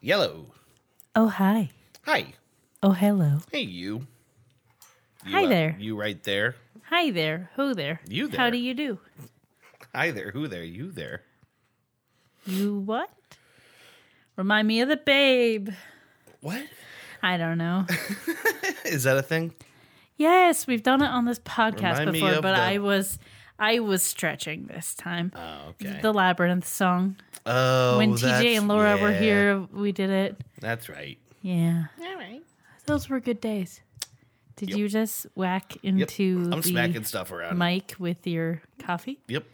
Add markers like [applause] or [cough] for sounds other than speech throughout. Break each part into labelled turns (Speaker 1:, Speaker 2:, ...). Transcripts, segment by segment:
Speaker 1: Yellow.
Speaker 2: Oh, hi.
Speaker 1: Hi.
Speaker 2: Oh, hello.
Speaker 1: Hey, you. You,
Speaker 2: Hi
Speaker 1: uh,
Speaker 2: there.
Speaker 1: You right there.
Speaker 2: Hi there. Who there?
Speaker 1: You
Speaker 2: How
Speaker 1: there.
Speaker 2: do you do?
Speaker 1: Hi there. Who there? You there.
Speaker 2: You what? Remind me of the babe.
Speaker 1: What?
Speaker 2: I
Speaker 1: [laughs]
Speaker 2: don't know.
Speaker 1: Is that a thing?
Speaker 2: yes, we've done it on this podcast
Speaker 1: Remind me
Speaker 2: before,
Speaker 1: of
Speaker 2: but
Speaker 1: the-
Speaker 2: I was I was stretching this time.
Speaker 1: Oh, okay.
Speaker 2: The labyrinth song.
Speaker 1: oh,
Speaker 2: when TJ
Speaker 1: that's-
Speaker 2: and Laura were
Speaker 1: yeah,
Speaker 2: here, we did it.
Speaker 1: That's right.
Speaker 2: Yeah.
Speaker 1: All right.
Speaker 2: Those were good days. Did
Speaker 1: Yep.
Speaker 2: you just whack into
Speaker 1: I'm
Speaker 2: the
Speaker 1: smacking stuff around.
Speaker 2: mic with your coffee?
Speaker 1: Yep.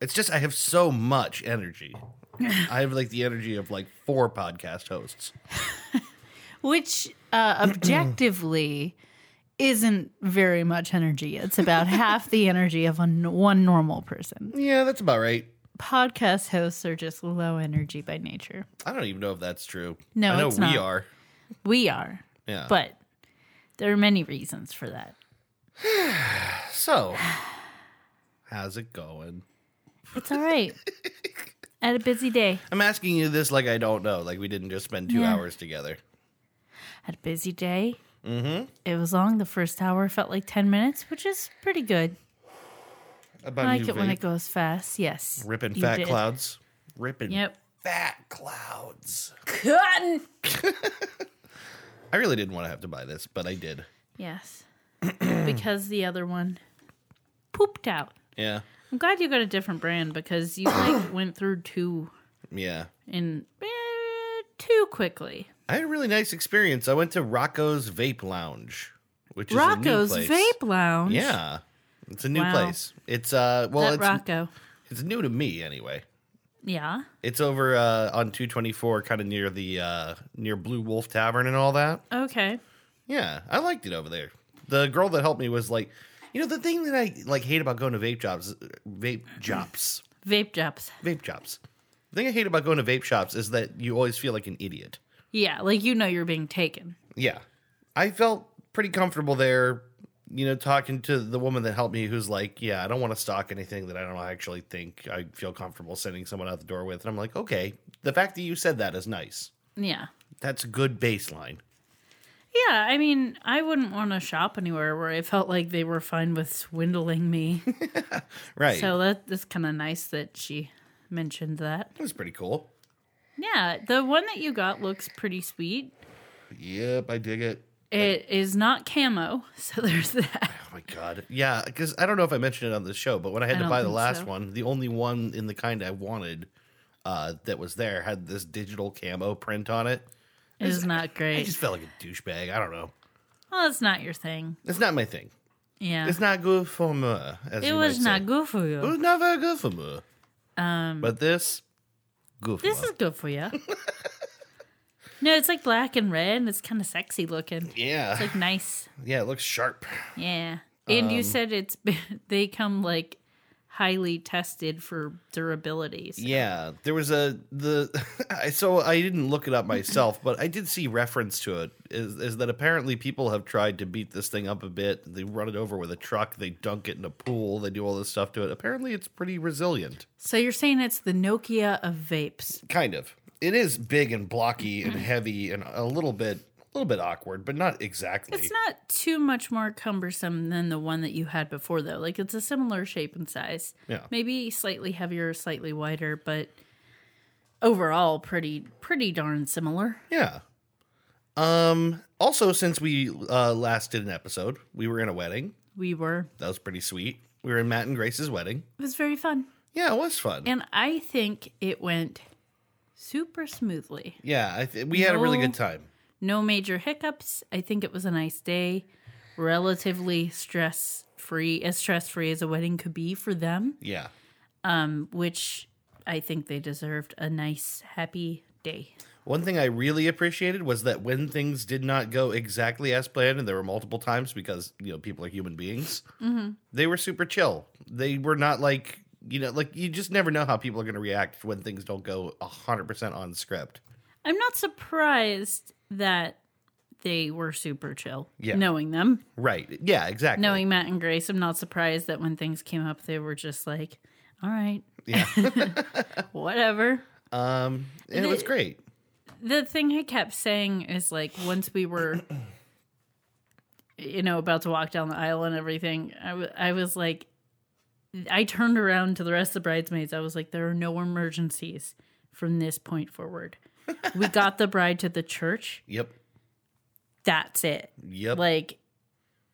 Speaker 1: It's just I have so much
Speaker 2: [laughs]
Speaker 1: energy. I have like the energy of like four podcast hosts.
Speaker 2: Which
Speaker 1: [clears throat]
Speaker 2: uh, objectively isn't very much energy.
Speaker 1: [laughs]
Speaker 2: It's about half the energy of a n- one normal person.
Speaker 1: Yeah, that's about right.
Speaker 2: Podcast hosts are just low energy by nature.
Speaker 1: I don't even know if that's true.
Speaker 2: No,
Speaker 1: I know
Speaker 2: it's
Speaker 1: we
Speaker 2: not.
Speaker 1: are.
Speaker 2: We are,
Speaker 1: Yeah.
Speaker 2: but there are many reasons for that.
Speaker 1: so, [sighs] how's it going?
Speaker 2: It's all
Speaker 1: [laughs]
Speaker 2: right. At a busy day.
Speaker 1: I'm asking you this like I don't know. Like we didn't just spend two
Speaker 2: Yeah.
Speaker 1: hours together.
Speaker 2: Had a busy day. Mm-hmm. It was long. The first hour felt like 10 minutes, which is pretty good.
Speaker 1: About
Speaker 2: I like
Speaker 1: you
Speaker 2: it when
Speaker 1: vape.
Speaker 2: it goes fast. Yes.
Speaker 1: ripping
Speaker 2: you
Speaker 1: fat
Speaker 2: did.
Speaker 1: clouds. Ripping
Speaker 2: Yep.
Speaker 1: fat clouds.
Speaker 2: Cotton.
Speaker 1: I really didn't want to have to buy this, but I did.
Speaker 2: Yes. because the other one pooped out.
Speaker 1: Yeah.
Speaker 2: I'm glad you got a different brand because you like [coughs] went through two
Speaker 1: Yeah.
Speaker 2: in eh, too quickly.
Speaker 1: I had a really nice experience. I went to Rocco's Vape Lounge, which
Speaker 2: Rocco's
Speaker 1: is a new place.
Speaker 2: Vape Lounge.
Speaker 1: Yeah, it's a new
Speaker 2: Wow.
Speaker 1: place. It's uh, well,
Speaker 2: That
Speaker 1: it's
Speaker 2: Rocco.
Speaker 1: it's new to me anyway.
Speaker 2: Yeah.
Speaker 1: It's over uh, on two twenty four, kind of near the uh, near Blue Wolf Tavern and all that.
Speaker 2: Okay.
Speaker 1: Yeah, I liked it over there. The girl that helped me was like, you know, the thing that I like hate about going to vape jobs, vape jobs,
Speaker 2: Vape jobs.
Speaker 1: vape jobs. The thing I hate about going to vape shops is that you always feel like an idiot.
Speaker 2: Yeah, like you know you're being taken.
Speaker 1: Yeah. I felt pretty comfortable there, you know, talking to the woman that helped me who's like, yeah, I don't want to stock anything that I don't actually think I feel comfortable sending someone out the door with. And I'm like, okay, the fact that you said that is nice.
Speaker 2: Yeah.
Speaker 1: That's a good baseline.
Speaker 2: Yeah, I mean, I wouldn't want to shop anywhere where I felt like they were fine with swindling me.
Speaker 1: [laughs] Right.
Speaker 2: so that that's kind of nice that she mentioned that.
Speaker 1: that was pretty cool.
Speaker 2: Yeah, the one that you got looks pretty sweet.
Speaker 1: Yep, I dig it.
Speaker 2: It is not camo, [laughs] so there's that.
Speaker 1: [laughs] Oh my God. Yeah, because I don't know if I mentioned it on the show, but when I had
Speaker 2: I
Speaker 1: to
Speaker 2: don't
Speaker 1: buy the
Speaker 2: think
Speaker 1: last
Speaker 2: so.
Speaker 1: one, the only one in the kind I wanted uh, that was there had this digital camo print on it.
Speaker 2: It is not
Speaker 1: I
Speaker 2: great.
Speaker 1: just felt like a douchebag. I don't know.
Speaker 2: well, it's not your thing.
Speaker 1: It's not my thing.
Speaker 2: Yeah.
Speaker 1: It's not good for me. As
Speaker 2: it
Speaker 1: you
Speaker 2: was
Speaker 1: might
Speaker 2: not
Speaker 1: say.
Speaker 2: good for
Speaker 1: It was
Speaker 2: you.
Speaker 1: not very good for me.
Speaker 2: Um,
Speaker 1: But this, good for
Speaker 2: this
Speaker 1: me.
Speaker 2: is good
Speaker 1: [laughs]
Speaker 2: for you. no, it's like black and red, and it's kind of sexy looking.
Speaker 1: yeah,
Speaker 2: It's like nice.
Speaker 1: yeah. It looks sharp.
Speaker 2: Yeah. And
Speaker 1: Um,
Speaker 2: you said it's [laughs] they come like highly tested for durability. so-
Speaker 1: Yeah, there was a the [laughs] I so I didn't look it up myself, but I did see reference to it. Is is that apparently people have tried to beat this thing up a bit? They run it over with a truck. They dunk it in a pool. They do all this stuff to it. Apparently, it's pretty resilient.
Speaker 2: So you're saying it's the Nokia of vapes.
Speaker 1: Kind of. It is big and blocky and heavy and a little bit a little bit awkward, but not exactly.
Speaker 2: It's not too much more cumbersome than the one that you had before though. Like it's a similar shape and size.
Speaker 1: Yeah.
Speaker 2: Maybe slightly heavier, slightly wider, but overall pretty pretty darn similar.
Speaker 1: Yeah. Um also since we uh last did an episode, we were in a wedding.
Speaker 2: We were.
Speaker 1: That was pretty sweet. We were in Matt and Grace's wedding.
Speaker 2: It was very fun.
Speaker 1: Yeah, it was fun.
Speaker 2: And I think it went super smoothly.
Speaker 1: yeah, I th- we had a really
Speaker 2: No.
Speaker 1: good time.
Speaker 2: no major hiccups. I think it was a nice day, relatively stress free, as stress free as a wedding could be for them,
Speaker 1: Yeah.
Speaker 2: um, which I think they deserved a nice, happy day.
Speaker 1: One thing I really appreciated was that when things did not go exactly as planned, and there were multiple times because you know people are human beings,
Speaker 2: Mm-hmm.
Speaker 1: they were super chill. They were not like you know like you just never know how people are going to react when things don't go hundred percent on script.
Speaker 2: I'm not surprised that they were super chill,
Speaker 1: Yeah.
Speaker 2: knowing them,
Speaker 1: Right? Yeah, exactly.
Speaker 2: knowing Matt and Grace. I'm not surprised that when things came up, they were just like, all right, [laughs]
Speaker 1: yeah.
Speaker 2: whatever.
Speaker 1: Um, and it was great.
Speaker 2: the thing I kept saying is like once we were, you know, about to walk down the aisle and everything, I wa- I was like, I turned around to the rest of the bridesmaids. I was like, there are no emergencies from this point forward. we got the bride to the church.
Speaker 1: Yep.
Speaker 2: That's it.
Speaker 1: Yep.
Speaker 2: Like,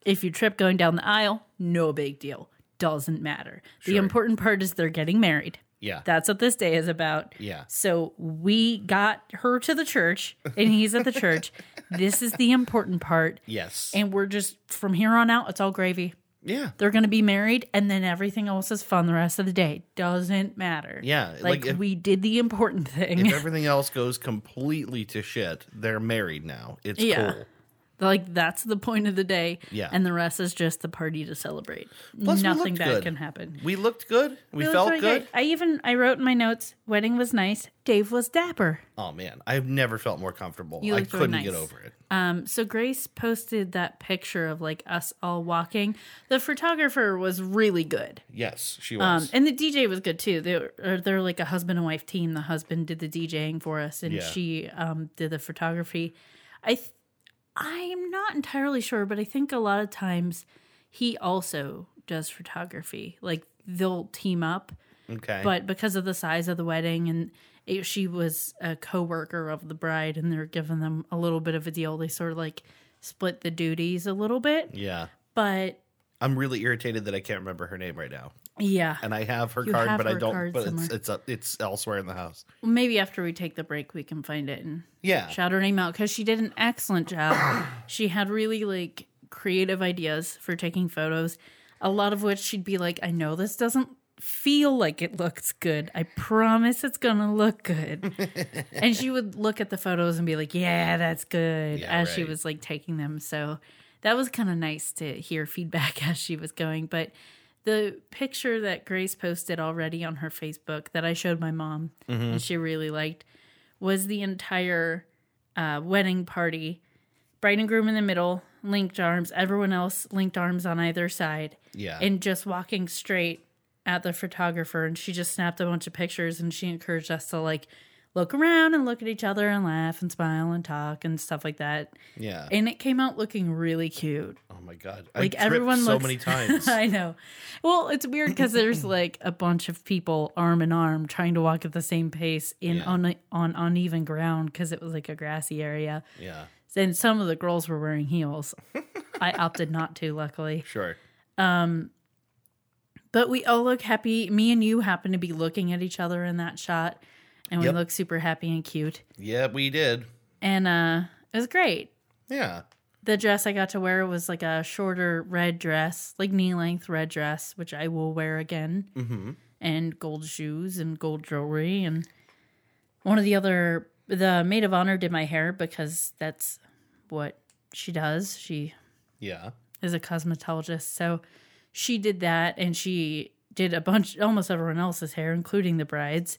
Speaker 2: if you trip going down the aisle, no big deal. Doesn't matter. The
Speaker 1: Sure.
Speaker 2: important part is they're getting married.
Speaker 1: yeah.
Speaker 2: That's what this day is about.
Speaker 1: yeah.
Speaker 2: So we got her to the church, and he's at
Speaker 1: [laughs]
Speaker 2: the church. This is the important part.
Speaker 1: Yes.
Speaker 2: And we're just from here on out, it's all gravy. [laughs]
Speaker 1: yeah.
Speaker 2: They're going to be married, and then everything else is fun the rest of the day. Doesn't matter.
Speaker 1: Yeah,
Speaker 2: Like,
Speaker 1: like if-
Speaker 2: we did the important thing. [laughs]
Speaker 1: If everything else goes completely to shit, they're married now. It's
Speaker 2: Yeah.
Speaker 1: cool.
Speaker 2: like, that's the point of the day.
Speaker 1: Yeah.
Speaker 2: And the rest is just the party to celebrate.
Speaker 1: Plus, we
Speaker 2: Nothing
Speaker 1: looked
Speaker 2: bad
Speaker 1: good.
Speaker 2: can happen.
Speaker 1: We looked good. We
Speaker 2: It was
Speaker 1: felt
Speaker 2: really
Speaker 1: good.
Speaker 2: I even I wrote in my notes, wedding was nice. Dave was dapper.
Speaker 1: Oh man, I've never felt more comfortable.
Speaker 2: You
Speaker 1: I
Speaker 2: looked really
Speaker 1: couldn't get
Speaker 2: nice.
Speaker 1: over it.
Speaker 2: Um, so Grace posted that picture of like us all walking. The photographer was really good,
Speaker 1: Yes, she
Speaker 2: um,
Speaker 1: was.
Speaker 2: and the DJ was good too. They were, they're like a husband and wife team. The husband did the DJing for us, and
Speaker 1: Yeah.
Speaker 2: she um, did the photography. I th- I'm not entirely sure, but I think a lot of times he also does photography. Like they'll team up,
Speaker 1: okay.
Speaker 2: but because of the size of the wedding and it, she was a co-worker of the bride and they're giving them a little bit of a deal they sort of like split the duties a little bit
Speaker 1: yeah.
Speaker 2: but
Speaker 1: I'm really irritated that I can't remember her name right now.
Speaker 2: yeah
Speaker 1: And I have her
Speaker 2: You
Speaker 1: card,
Speaker 2: have
Speaker 1: but
Speaker 2: her
Speaker 1: I don't
Speaker 2: card
Speaker 1: but it's
Speaker 2: somewhere.
Speaker 1: it's up it's elsewhere in the house.
Speaker 2: maybe after we take the break we can find it and
Speaker 1: Yeah.
Speaker 2: shout her name out because she did an excellent job she had really like creative ideas for taking photos a lot of which she'd be like i know this doesn't feel like it looks good i promise it's gonna look good [laughs] and she would look at the photos and be like, "Yeah, that's good,"
Speaker 1: Yeah,
Speaker 2: as she
Speaker 1: right.
Speaker 2: was like taking them. So that was kind of nice to hear feedback [laughs] as she was going. But the picture that Grace posted already on her Facebook that I showed my mom
Speaker 1: Mm-hmm.
Speaker 2: and she really liked was the entire uh, wedding party, bride and groom in the middle, linked arms, everyone else linked arms on either side
Speaker 1: yeah.
Speaker 2: and just walking straight at the photographer and she just snapped a bunch of pictures and she encouraged us to like look around and look at each other and laugh and smile and talk and stuff like that
Speaker 1: yeah.
Speaker 2: and it came out looking really cute
Speaker 1: oh my god.
Speaker 2: like
Speaker 1: I everyone
Speaker 2: everyone
Speaker 1: so
Speaker 2: looks [laughs]
Speaker 1: many times.
Speaker 2: i know well it's weird because there's like a bunch of people arm in arm trying to walk at the same pace in
Speaker 1: Yeah.
Speaker 2: on on uneven ground because it was like a grassy area
Speaker 1: yeah.
Speaker 2: then some of the girls were wearing heels i opted not to luckily
Speaker 1: Sure.
Speaker 2: But we all look happy. Me and you happen to be looking at each other in that shot, and we
Speaker 1: Yep.
Speaker 2: look super happy and cute.
Speaker 1: Yeah, we did.
Speaker 2: And uh, it was great.
Speaker 1: Yeah.
Speaker 2: The dress I got to wear was like a shorter red dress, like knee length red dress, which I will wear again,
Speaker 1: Mhm.
Speaker 2: and gold shoes and gold jewelry. And one of the other, the maid of honor did my hair because that's what she does. She
Speaker 1: Yeah.
Speaker 2: is a cosmetologist. So she did that and she did a bunch, almost everyone else's hair, including the bride's.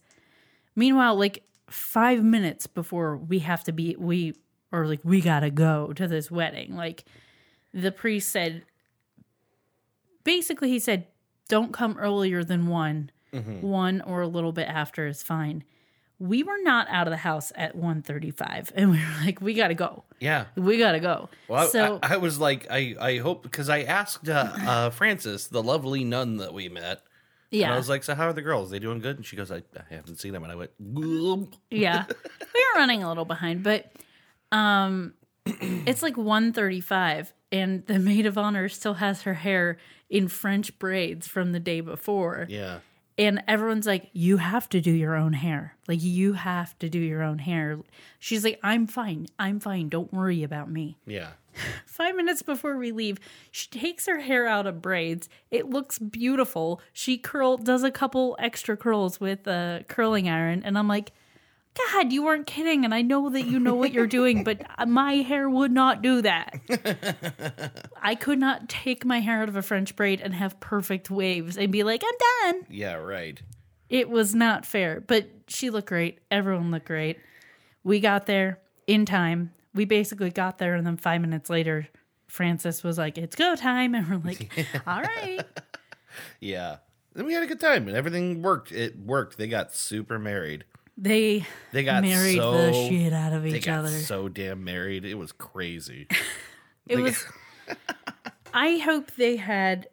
Speaker 2: Meanwhile, like five minutes before we have to be, we or like, we gotta go to this wedding. Like the priest said, basically, he said, don't come earlier than one.
Speaker 1: Mhm.
Speaker 2: One or a little bit after is fine. We were not out of the house at 1.35 and we were like, we gotta go.
Speaker 1: Yeah.
Speaker 2: We gotta go.
Speaker 1: Well, I-
Speaker 2: so
Speaker 1: I, I was like, I, I hope because I asked uh, uh, Frances, the lovely nun that we met,
Speaker 2: yeah.
Speaker 1: And I was like, "So how are the girls? They doing good?" And she goes, "I, I haven't seen them." And I went, "Whoop."
Speaker 2: yeah we were running a little behind but um it's like 1.35 and the maid of honor still has her hair in french braids from the day before
Speaker 1: "Yeah,
Speaker 2: and everyone's like you have to do your own hair like you have to do your own hair she's like i'm fine i'm fine don't worry about me
Speaker 1: yeah,
Speaker 2: five minutes before we leave, she takes her hair out of braids. It looks beautiful. She curl does a couple extra curls with a curling iron, and I'm like, God, you weren't kidding. And I know that you know what you're doing, but uh, my hair would not do that. I could not take my hair out of a French braid and have perfect waves and be like, I'm done.
Speaker 1: yeah, right."
Speaker 2: It was not fair, but she looked great. Everyone looked great. We got there in time. We basically got there, and then five minutes later, Francis was like, "It's go time," [laughs] and we're
Speaker 1: [laughs]
Speaker 2: like, "All right."
Speaker 1: Yeah. Then we had a good time, and everything worked. It worked. They got super married.
Speaker 2: They
Speaker 1: They got
Speaker 2: married
Speaker 1: so
Speaker 2: the shit out of
Speaker 1: they
Speaker 2: each
Speaker 1: got
Speaker 2: other.
Speaker 1: so damn married. It was crazy.
Speaker 2: it
Speaker 1: They-
Speaker 2: was. I hope they had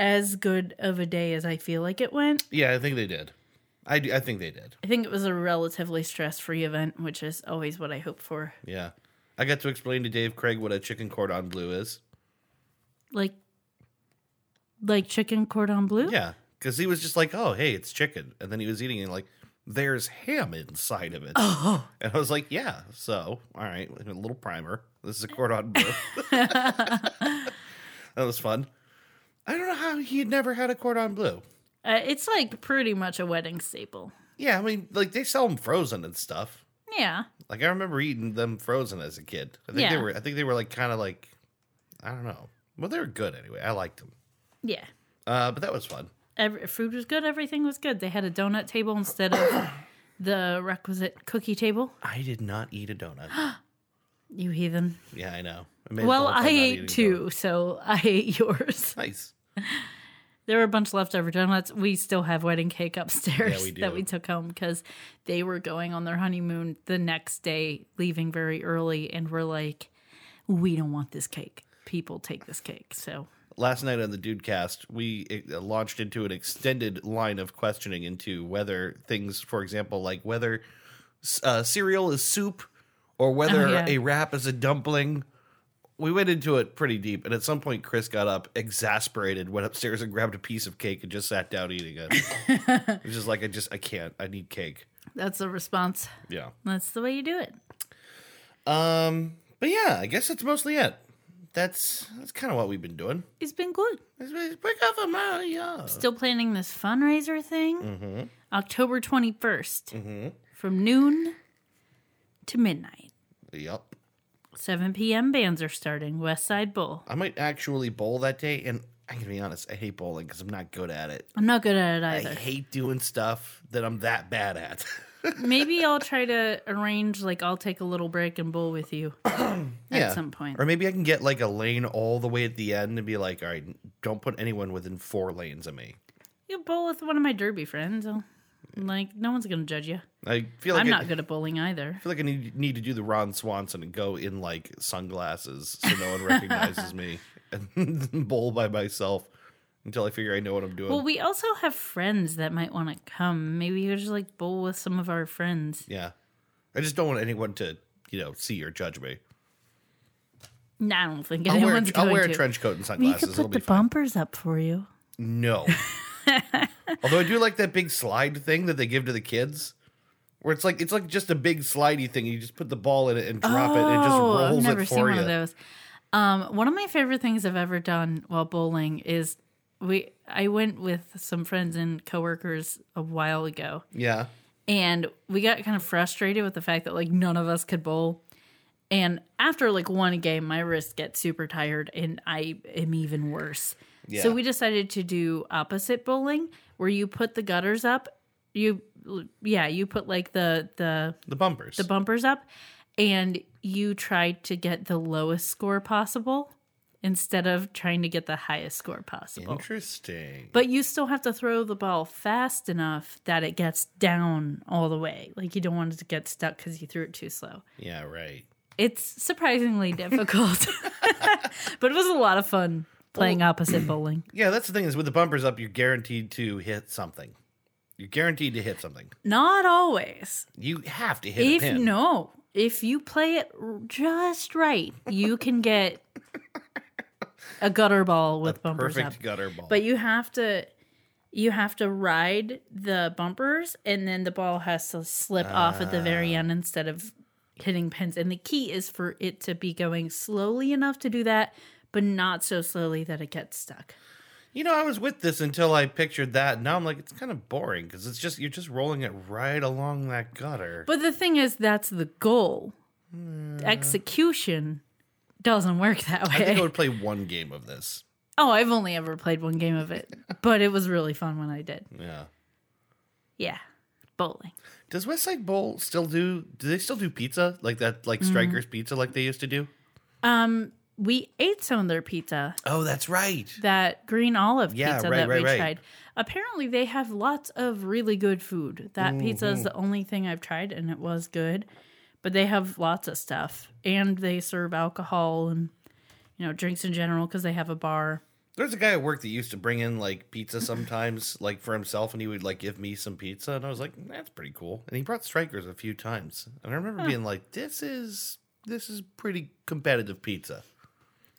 Speaker 2: as good of a day as I feel like it went.
Speaker 1: yeah, I think they did. I do, I think they did.
Speaker 2: I think it was a relatively stress free event, which is always what I hope for.
Speaker 1: Yeah. I got to explain to Dave Craig what a chicken cordon bleu is.
Speaker 2: Like, like chicken cordon bleu.
Speaker 1: Yeah, because he was just like, "Oh, hey, it's chicken," and then he was eating it like, "There's ham inside of it,"
Speaker 2: Oh,
Speaker 1: and I was like, "Yeah." So, all right, a little primer. This is a cordon bleu. [laughs] that was fun. I don't know how he had never had a cordon bleu.
Speaker 2: uh, it's like pretty much a wedding staple.
Speaker 1: Yeah, I mean, like they sell them frozen and stuff.
Speaker 2: Yeah,
Speaker 1: Like I remember eating them frozen as a kid. I think
Speaker 2: Yeah.
Speaker 1: they were. I think they were like kind of like, I don't know. Well, they were good anyway. I liked them.
Speaker 2: yeah.
Speaker 1: Uh, but that was fun.
Speaker 2: Every, food was good. Everything was good. They had a donut table instead of the requisite cookie table.
Speaker 1: I did not eat a donut.
Speaker 2: You heathen.
Speaker 1: yeah, I know. I made it the
Speaker 2: Well,
Speaker 1: whole time
Speaker 2: I
Speaker 1: not
Speaker 2: ate
Speaker 1: eating
Speaker 2: two,
Speaker 1: donuts.
Speaker 2: so I ate [laughs] yours.
Speaker 1: Nice.
Speaker 2: There were a bunch of leftover donuts. We still have wedding cake upstairs
Speaker 1: Yeah, we do.
Speaker 2: that we took home because they were going on their honeymoon the next day, leaving very early, and we're like, we don't want this cake. People take this cake. So
Speaker 1: last night on the Dudecast, we uh, launched into an extended line of questioning into whether things, for example, like whether uh, cereal is soup or whether
Speaker 2: Oh, yeah.
Speaker 1: a wrap is a dumpling. We went into it pretty deep, and at some point, Chris got up, exasperated, went upstairs and grabbed a piece of cake and just sat down eating
Speaker 2: [laughs]
Speaker 1: it. it was just like I just I can't. I need cake.
Speaker 2: that's the response.
Speaker 1: Yeah.
Speaker 2: That's the way you do it.
Speaker 1: Um. But yeah, I guess that's mostly it. That's that's kind of what we've been doing.
Speaker 2: It's been good.
Speaker 1: It's- it's pick up a mile, yeah.
Speaker 2: Still planning this fundraiser thing.
Speaker 1: Mm-hmm.
Speaker 2: October 21st from noon to midnight.
Speaker 1: Yep.
Speaker 2: 7 p.m. bands are starting. West Side Bowl.
Speaker 1: I might actually bowl that day, and I can be honest, I hate bowling because I'm not good at it.
Speaker 2: I'm not good at it
Speaker 1: I
Speaker 2: either.
Speaker 1: hate doing stuff that I'm that bad at. [laughs]
Speaker 2: Maybe I'll try to arrange like I'll take a little break and bowl
Speaker 1: [coughs]
Speaker 2: with you at some point.
Speaker 1: Or maybe I can get like a lane all the way at the end and be like, all right, don't put anyone within four lanes of me.
Speaker 2: You bowl with one of my derby friends. I'll, like no one's gonna judge you.
Speaker 1: I feel like
Speaker 2: I'm
Speaker 1: I,
Speaker 2: not good at bowling either.
Speaker 1: I feel like I need, need to do the Ron Swanson and go in like sunglasses so no one recognizes me and [laughs] bowl by myself until I figure I know what I'm doing.
Speaker 2: Well, we also have friends that might want to come. Maybe you just like bowl with some of our friends.
Speaker 1: yeah. I just don't want anyone to, you know, see or judge me.
Speaker 2: Nah, I don't think
Speaker 1: I'll wear,
Speaker 2: anyone's
Speaker 1: I'll
Speaker 2: going
Speaker 1: wear a
Speaker 2: to.
Speaker 1: trench coat and
Speaker 2: you
Speaker 1: sunglasses.
Speaker 2: could
Speaker 1: It'll
Speaker 2: put
Speaker 1: be
Speaker 2: the
Speaker 1: fine.
Speaker 2: bumpers up for you. [laughs]
Speaker 1: No. Although I do like that big slide thing that they give to the kids, where it's like it's like just a big slidey thing. You just put the ball in it and drop it, and it just
Speaker 2: Oh,
Speaker 1: rolls
Speaker 2: I've never
Speaker 1: it for
Speaker 2: seen
Speaker 1: you.
Speaker 2: one of those. Um, one of my favorite things I've ever done while bowling is we. I went with some friends and coworkers a while ago,
Speaker 1: Yeah,
Speaker 2: and we got kind of frustrated with the fact that like none of us could bowl. And after like one game, my wrist gets super tired, and I am even worse.
Speaker 1: Yeah.
Speaker 2: So we decided to do opposite bowling, where you put the gutters up. You, yeah, you put like the the
Speaker 1: the bumpers.
Speaker 2: the bumpers up and you try to get the lowest score possible instead of trying to get the highest score possible.
Speaker 1: Interesting.
Speaker 2: oh. But you still have to throw the ball fast enough that it gets down all the way. Like you don't want it to get stuck because you threw it too slow.
Speaker 1: Yeah, right.
Speaker 2: It's surprisingly difficult, [laughs] but it was a lot of fun playing opposite bowling.
Speaker 1: Yeah, that's the thing is with the bumpers up, you're guaranteed to hit something. You're guaranteed to hit something.
Speaker 2: Not always.
Speaker 1: You have to hit
Speaker 2: if
Speaker 1: a pin.
Speaker 2: no, if you play it r- just right, you can get a gutter ball with bumpers
Speaker 1: Perfect
Speaker 2: up.
Speaker 1: gutter ball.
Speaker 2: But you have to you have to ride the bumpers and then the ball has to slip off at the very
Speaker 1: Ah.
Speaker 2: end instead of hitting pins. And the key is for it to be going slowly enough to do that, but not so slowly that it gets stuck.
Speaker 1: You know, I was with this until I pictured that. Now I'm like, it's kind of boring because it's just you're just rolling it right along that gutter.
Speaker 2: But the thing is that's the goal. Execution doesn't work that
Speaker 1: Hmm. I
Speaker 2: way.
Speaker 1: think I would play one game of this.
Speaker 2: Oh, I've only ever played one game
Speaker 1: [laughs]
Speaker 2: of it, but it was really fun when I did.
Speaker 1: Yeah.
Speaker 2: Yeah, bowling.
Speaker 1: Does West Side Bowl still do? Do they still do pizza like that? Like Strikers Pizza, like they used to do?
Speaker 2: Um, we ate some of their pizza,
Speaker 1: Oh, that's right.
Speaker 2: that green olive
Speaker 1: Yeah,
Speaker 2: pizza
Speaker 1: right,
Speaker 2: that
Speaker 1: right,
Speaker 2: we
Speaker 1: right.
Speaker 2: tried. Apparently, they have lots of really good food. That pizza is
Speaker 1: Mm-hmm.
Speaker 2: the only thing I've tried, and it was good. But they have lots of stuff, and they serve alcohol and you know drinks in general because they have a bar.
Speaker 1: There's a guy at work that used to bring in like pizza sometimes, like for himself, and he would like give me some pizza, and I was like, "That's pretty cool." And he brought strikers a few times, and I remember being like, "This is this is pretty competitive pizza."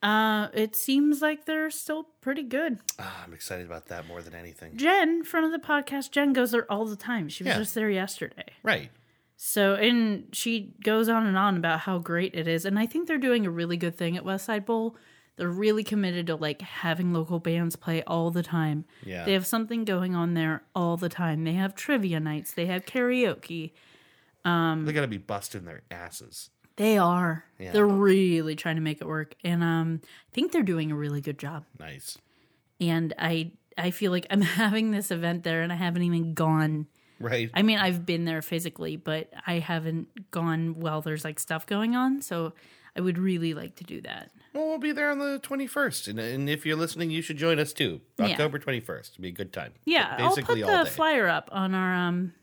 Speaker 2: Uh, it seems like they're still pretty good.
Speaker 1: Ah, I'm excited about that more than anything.
Speaker 2: Jen, friend of the podcast, Jen goes there all the time. She was
Speaker 1: Yeah.
Speaker 2: just there yesterday.
Speaker 1: Right?
Speaker 2: So, and she goes on and on about how great it is. And I think they're doing a really good thing at Westside Bowl. They're really committed to like having local bands play all the time.
Speaker 1: Yeah.
Speaker 2: They have something going on there all the time. They have trivia nights, they have karaoke. Um,
Speaker 1: They got to be busting their asses.
Speaker 2: They are.
Speaker 1: Yeah.
Speaker 2: They're really trying to make it work. And um, I think they're doing a really good job.
Speaker 1: Nice.
Speaker 2: And I, I feel like I'm [laughs] having this event there and I haven't even gone
Speaker 1: Right.
Speaker 2: I mean, I've been there physically, but I haven't gone while there's like stuff going on. So I would really like to do that.
Speaker 1: Well, we'll be there on the 21st, and, and if you're listening, you should join us too.
Speaker 2: Yeah.
Speaker 1: October 21st, It'll be a good time.
Speaker 2: Yeah, I'll put
Speaker 1: Basically all
Speaker 2: the
Speaker 1: day.
Speaker 2: flyer up on our um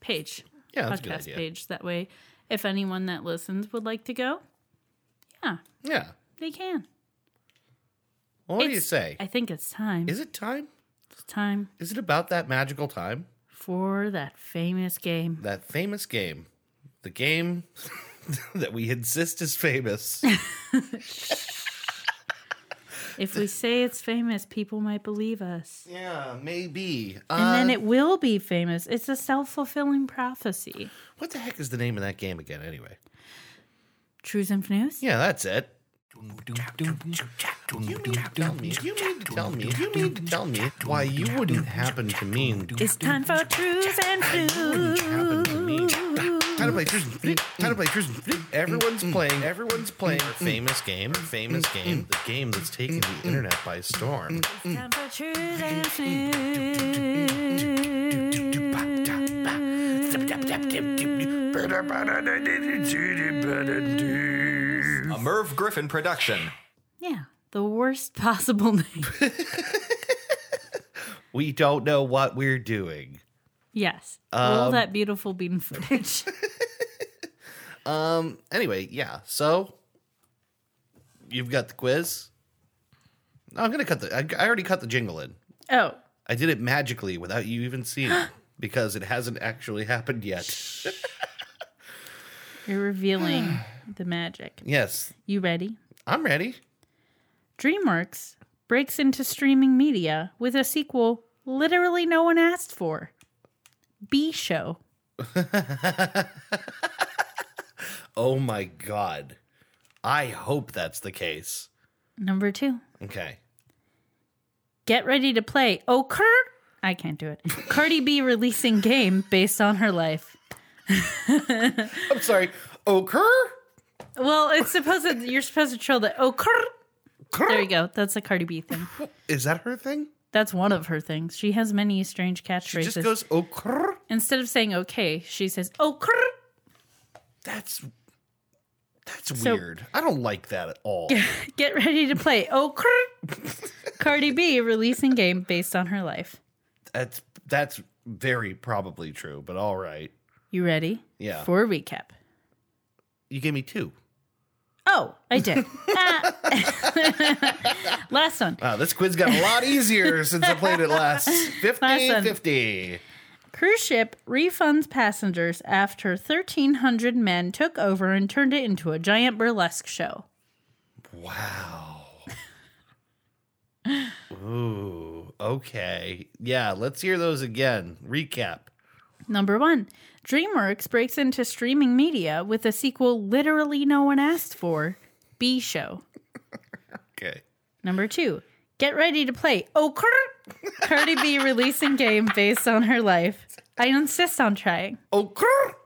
Speaker 2: page,
Speaker 1: Yeah, that's a good
Speaker 2: podcast
Speaker 1: idea.
Speaker 2: page. That way, if anyone that listens would like to go, yeah,
Speaker 1: Yeah.
Speaker 2: they can.
Speaker 1: Well, what do you
Speaker 2: It's-
Speaker 1: say?
Speaker 2: I think it's time.
Speaker 1: Is it time?
Speaker 2: It's time
Speaker 1: Is it about that magical time?
Speaker 2: for that famous game.
Speaker 1: that famous game, the game [laughs] that we insist is
Speaker 2: [laughs]
Speaker 1: famous. [laughs]
Speaker 2: If we say it's famous, people might believe us.
Speaker 1: yeah, maybe.
Speaker 2: And
Speaker 1: Uh,
Speaker 2: then it will be famous. It's a self fulfilling prophecy.
Speaker 1: what the heck is the name of that game again, anyway?
Speaker 2: Trues and News?
Speaker 1: Yeah, that's it. You mean to tell me?
Speaker 3: It's
Speaker 1: You mean to tell me? You mean to tell me why you wouldn't happen to mean?
Speaker 2: It's time for truths and
Speaker 1: Happen to me.
Speaker 2: flues.
Speaker 1: Time to play truth and flip. Time to play truth and flip. Everyone's playing. Everyone's playing. Our famous game. Famous game. The game that's taking the internet by storm.
Speaker 2: Time for truths and flus.
Speaker 3: A Merv Griffin production.
Speaker 2: Yeah, the worst possible [laughs] name.
Speaker 1: We don't know what we're doing.
Speaker 2: Yes. Roll that beautiful bean footage.
Speaker 1: Um. Anyway, yeah. So you've got the quiz. No, I'm gonna cut the. I, I already cut the jingle in.
Speaker 2: Oh,
Speaker 1: I did it magically without you even seeing
Speaker 2: [gasps]
Speaker 1: it because it hasn't actually happened yet.
Speaker 2: you're revealing the magic.
Speaker 1: Yes,
Speaker 2: You ready?
Speaker 1: I'm ready.
Speaker 2: DreamWorks breaks into streaming media with a sequel literally no one asked for. B Show.
Speaker 1: Oh my god. I hope that's the case.
Speaker 2: Number two.
Speaker 1: Okay.
Speaker 2: Get ready to play. Oh, Kurt. I can't do it. [laughs] Cardi B releasing game based on her life.
Speaker 1: I'm sorry. Occur?
Speaker 2: Well, it's supposed to, you're supposed to troll that. Oh, Kurt. There you go. That's a Cardi B thing.
Speaker 1: Is that her thing?
Speaker 2: That's one of her things. She has many strange
Speaker 1: It
Speaker 2: catchphrases.
Speaker 1: just goes occur.
Speaker 2: Instead of saying okay, she says oh, Kurt.
Speaker 1: That's that's
Speaker 2: So-
Speaker 1: weird. I don't like that at all.
Speaker 2: [laughs] Get ready to play. Oh, Kurt. Cardi B releasing game based on her life.
Speaker 1: That's that's very probably true, but all right.
Speaker 2: You ready?
Speaker 1: Yeah.
Speaker 2: For a recap.
Speaker 1: You gave me two.
Speaker 2: Oh, I
Speaker 1: [laughs]
Speaker 2: did. Ah. [laughs] Last one.
Speaker 1: Wow, this quiz got a
Speaker 2: [laughs]
Speaker 1: lot easier since I played it last. 50
Speaker 2: Listen.
Speaker 1: 50.
Speaker 2: Cruise ship refunds passengers after 1,300 men took over and turned it into a giant burlesque show.
Speaker 1: Wow. [laughs] Ooh, okay. Yeah, let's hear those again. Recap.
Speaker 2: Number one, DreamWorks breaks into streaming media with a sequel literally no one asked for B Show.
Speaker 1: Okay.
Speaker 2: Number two, get ready to play Okr. Cardi B releasing game based on her life. I insist on trying. [laughs]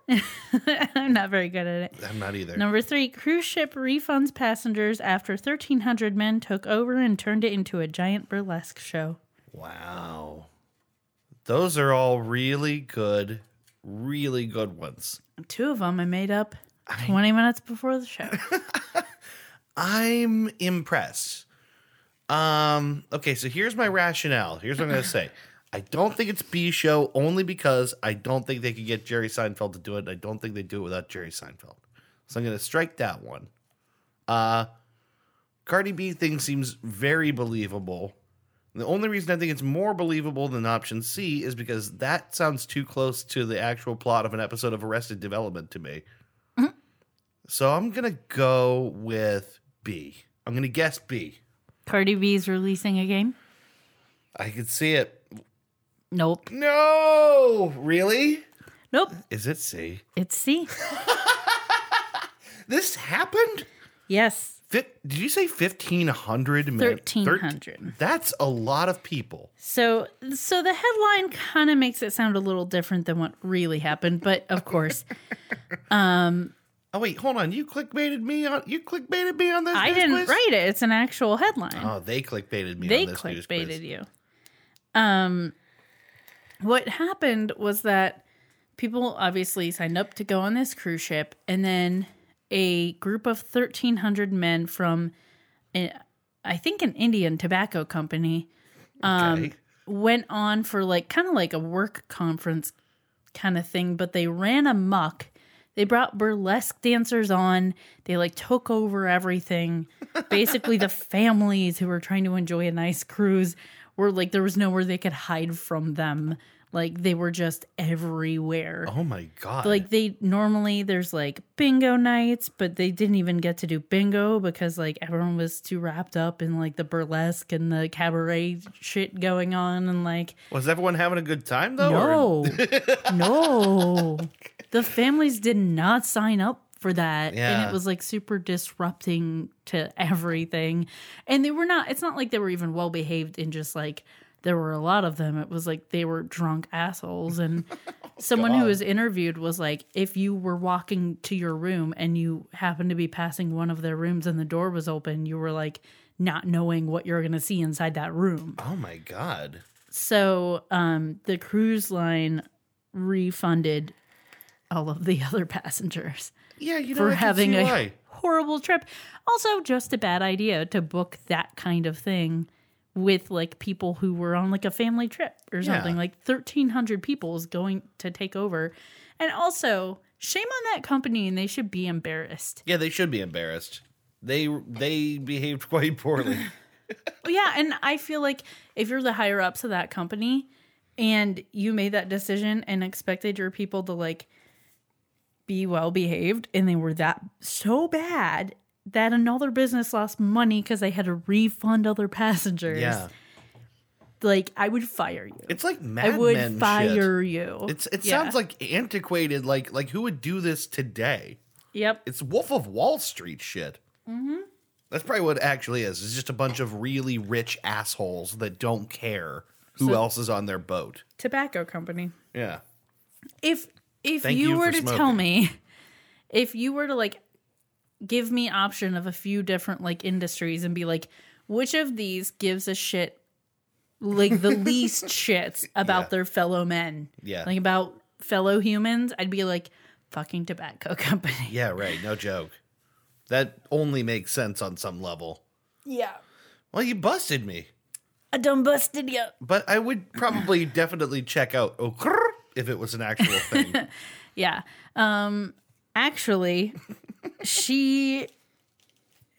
Speaker 1: Okay.
Speaker 2: I'm not very good at it.
Speaker 1: I'm not either.
Speaker 2: Number three, cruise ship refunds passengers after 1,300 men took over and turned it into a giant burlesque show.
Speaker 1: Wow. Those are all really good, really good ones.
Speaker 2: [laughs] Two of them I made up 20 minutes before the show.
Speaker 1: I'm impressed. Um, okay, so here's my rationale. Here's what I'm gonna say. I don't think it's B show only because I don't think they could get Jerry Seinfeld to do it. and I don't think they do it without Jerry Seinfeld. So I'm gonna strike that one. Uh Cardi B thing seems very believable. The only reason I think it's more believable than option C is because that sounds too close to the actual plot of an episode of Arrested Development to me. So I'm gonna go with B. I'm gonna guess B.
Speaker 2: Cardi B's releasing a game?
Speaker 1: I can see it.
Speaker 2: Nope.
Speaker 1: No, really?
Speaker 2: Nope.
Speaker 1: Is it C?
Speaker 2: It's C.
Speaker 1: This happened.
Speaker 2: Yes.
Speaker 1: Fif- Did you say fifteen hundred?
Speaker 2: Thirteen hundred.
Speaker 1: That's a lot of people.
Speaker 2: So so the headline kind of makes it sound a little different than what really happened, but of course
Speaker 1: Oh wait, hold on. You clickbaited me on. You clickbaited me on this.
Speaker 2: [laughs] I
Speaker 1: news
Speaker 2: didn't
Speaker 1: quiz?
Speaker 2: write it. It's an actual headline.
Speaker 1: Oh, they clickbaited me.
Speaker 2: they
Speaker 1: on this news quiz.
Speaker 2: clickbaited you. Um, what happened was that people obviously signed up to go on this cruise ship, and then a group of thirteen hundred men from, uh, I think, an Indian tobacco company, um,
Speaker 1: Okay.
Speaker 2: went on for like kind of like a work conference kind of thing, but they ran amok. They brought burlesque dancers on. They like took over everything. Basically, the families who were trying to enjoy a nice cruise were like, there was nowhere they could hide from them. Like, they were just everywhere.
Speaker 1: Oh my god.
Speaker 2: Like, they normally, there's like bingo nights, but they didn't even get to do bingo because like everyone was too wrapped up in like the burlesque and the cabaret shit going on. And like,
Speaker 1: was everyone having a good time though? or-
Speaker 2: no,
Speaker 1: [laughs]
Speaker 2: no. The families did not sign up for that. And
Speaker 1: Yeah.
Speaker 2: it was like super disrupting to everything. And they were not, it's not like they were even well behaved in just like, there were a lot of them. It was like they were drunk
Speaker 1: [laughs]
Speaker 2: assholes. And
Speaker 1: Oh,
Speaker 2: someone who was interviewed was like, if you were walking to your room and you happened to be passing one of their rooms and the door was open, you were like, not knowing what you're going to see inside that room.
Speaker 1: oh my god.
Speaker 2: So um, the cruise line refunded all of the [laughs] other passengers
Speaker 1: Yeah, you know
Speaker 2: for
Speaker 1: I can
Speaker 2: having
Speaker 1: see
Speaker 2: a
Speaker 1: why.
Speaker 2: horrible trip. Also, just a bad idea to book that kind of thing with like people who were on like a family trip or
Speaker 1: Yeah.
Speaker 2: something. Like 1,300 people is going to take over. And also, shame on that company and they should be embarrassed.
Speaker 1: Yeah, they should be embarrassed. They they behaved [laughs] quite poorly.
Speaker 2: Well, yeah, and I feel like if you're the higher ups of that company and you made that decision and expected your people to like be well behaved and they were that so bad that another business lost money because they had to refund other passengers.
Speaker 1: yeah.
Speaker 2: Like I would fire you.
Speaker 1: It's like
Speaker 2: I
Speaker 1: Mad
Speaker 2: would
Speaker 1: Men shit.
Speaker 2: fire you.
Speaker 1: It's it
Speaker 2: Yeah.
Speaker 1: sounds like antiquated. Like like who would do this today?
Speaker 2: Yep.
Speaker 1: It's Wolf of Wall Street shit. Mm-hmm. That's probably what it actually is. It's just a bunch of really rich assholes that don't care who else is on their boat.
Speaker 2: Tobacco company.
Speaker 1: Yeah.
Speaker 2: if if
Speaker 1: Thank
Speaker 2: you,
Speaker 1: you
Speaker 2: were
Speaker 1: for
Speaker 2: to
Speaker 1: smoking.
Speaker 2: tell me if you were to like give me option of a few different like industries and be like which of these gives a shit
Speaker 1: [laughs]
Speaker 2: like the least shits about
Speaker 1: Yeah.
Speaker 2: their fellow men
Speaker 1: Yeah.
Speaker 2: like about fellow humans i'd be like fucking tobacco [laughs] company
Speaker 1: Yeah. Right. No joke. That only makes sense on some level.
Speaker 2: yeah
Speaker 1: Well, you busted me,
Speaker 2: i done busted you
Speaker 1: but I would probably [laughs] definitely check out Okr if it was an actual thing.
Speaker 2: Yeah. Um actually she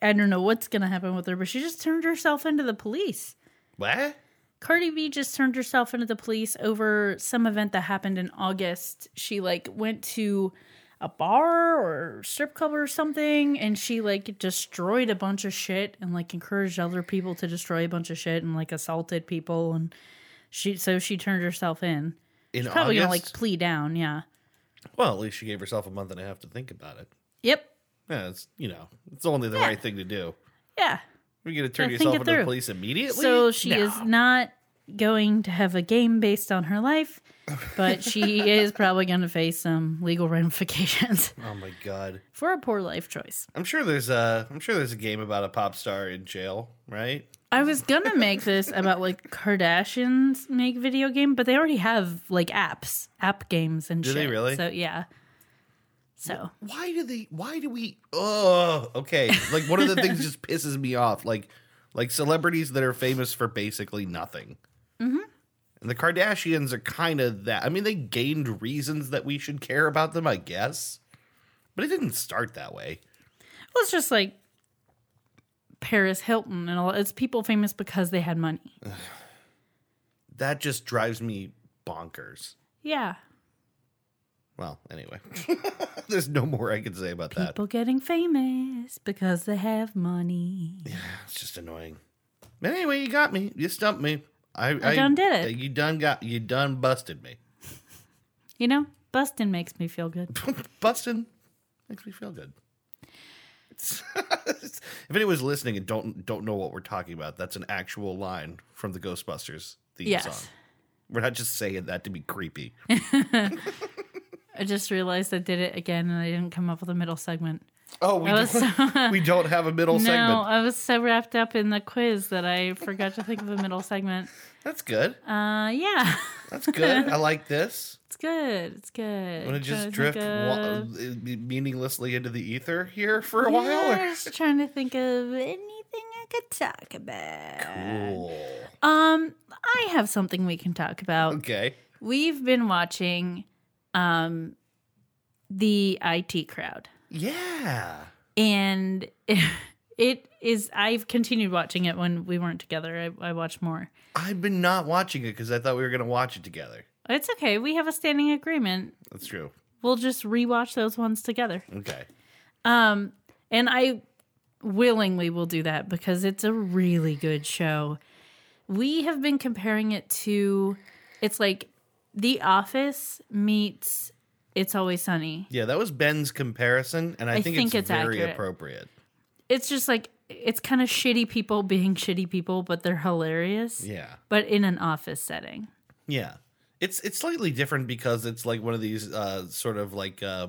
Speaker 2: I don't know what's going to happen with her, but she just turned herself into the police.
Speaker 1: what?
Speaker 2: Cardi B just turned herself into the police over some event that happened in August. She like went to a bar or strip club or something and she like destroyed a bunch of shit and like encouraged other people to destroy a bunch of shit and like assaulted people and she so she turned herself in.
Speaker 1: In
Speaker 2: Probably
Speaker 1: August?
Speaker 2: going to like plea down, yeah.
Speaker 1: well, at least she gave herself a month and a half to think about it.
Speaker 2: Yep.
Speaker 1: Yeah, it's you know, it's only the right thing to do.
Speaker 2: Yeah.
Speaker 1: You're gonna turn
Speaker 2: Yeah, think
Speaker 1: yourself
Speaker 2: it
Speaker 1: into the
Speaker 2: through.
Speaker 1: police immediately.
Speaker 2: So she is not going to have a game based on her life, but she is probably going to face some legal ramifications
Speaker 1: Oh my god!
Speaker 2: for a poor life choice.
Speaker 1: I'm sure there's a I'm sure there's a game about a pop star in jail, right?
Speaker 2: I was going to make this about like Kardashians make video game, but they already have like apps, app games and
Speaker 1: Do
Speaker 2: shit.
Speaker 1: they really?
Speaker 2: So yeah. So
Speaker 1: why do they why do we oh okay like one of the
Speaker 2: [laughs]
Speaker 1: things just pisses me off like like celebrities that are famous for basically nothing
Speaker 2: Mm-hmm.
Speaker 1: and the kardashians are kind of that i mean they gained reasons that we should care about them i guess but it didn't start that way
Speaker 2: well, it's just like Paris Hilton and all. It's people famous because they had money.
Speaker 1: that just drives me bonkers
Speaker 2: Yeah,
Speaker 1: well anyway [laughs] there's no more i can say about that
Speaker 2: people getting famous because they have money.
Speaker 1: it's just annoying but anyway you got me you stumped me i, I,
Speaker 2: done did it.
Speaker 1: you done got you done busted me
Speaker 2: You know, busting makes me feel good.
Speaker 1: [laughs] busting makes me feel good. [laughs] if anyone was listening and don't don't know what we're talking about, that's an actual line from the Ghostbusters theme
Speaker 2: Yes.
Speaker 1: song. We're not just saying that to be
Speaker 2: [laughs]
Speaker 1: creepy.
Speaker 2: I just realized I did it again and I didn't come up with a middle segment.
Speaker 1: Oh, we
Speaker 2: I was
Speaker 1: don't,
Speaker 2: [laughs] so-
Speaker 1: we don't have a middle
Speaker 2: no,
Speaker 1: segment.
Speaker 2: I was so wrapped up in the quiz that I forgot to think of a middle segment.
Speaker 1: That's good.
Speaker 2: Uh, yeah, [laughs]
Speaker 1: That's good. I like this.
Speaker 2: it's good. It's good.
Speaker 1: I'm gonna just
Speaker 2: Trying to think
Speaker 1: drift wa- uh,
Speaker 2: of-
Speaker 1: meaninglessly into the ether here for a
Speaker 2: Yeah,
Speaker 1: while.
Speaker 2: just trying to think of anything I could talk about.
Speaker 1: Cool.
Speaker 2: Um, I have something we can talk about.
Speaker 1: Okay.
Speaker 2: We've been watching, um, the IT crowd,
Speaker 1: Yeah.
Speaker 2: and [laughs] it is. I've continued watching it when we weren't together. I, I watched more.
Speaker 1: I've been not watching it because I thought we were gonna watch it together.
Speaker 2: It's okay. We have a standing agreement.
Speaker 1: That's true.
Speaker 2: We'll just rewatch those ones together.
Speaker 1: Okay.
Speaker 2: Um, and I willingly will do that because it's a really good show. We have been comparing it to it's like The Office meets It's Always Sunny.
Speaker 1: Yeah, that was Ben's comparison, and I, think, it's, very
Speaker 2: accurate.
Speaker 1: appropriate.
Speaker 2: It's just like it's kind of shitty people being shitty people, but they're hilarious.
Speaker 1: Yeah,
Speaker 2: But in an office setting.
Speaker 1: yeah. It's it's slightly different because it's like one of these uh, sort of like uh,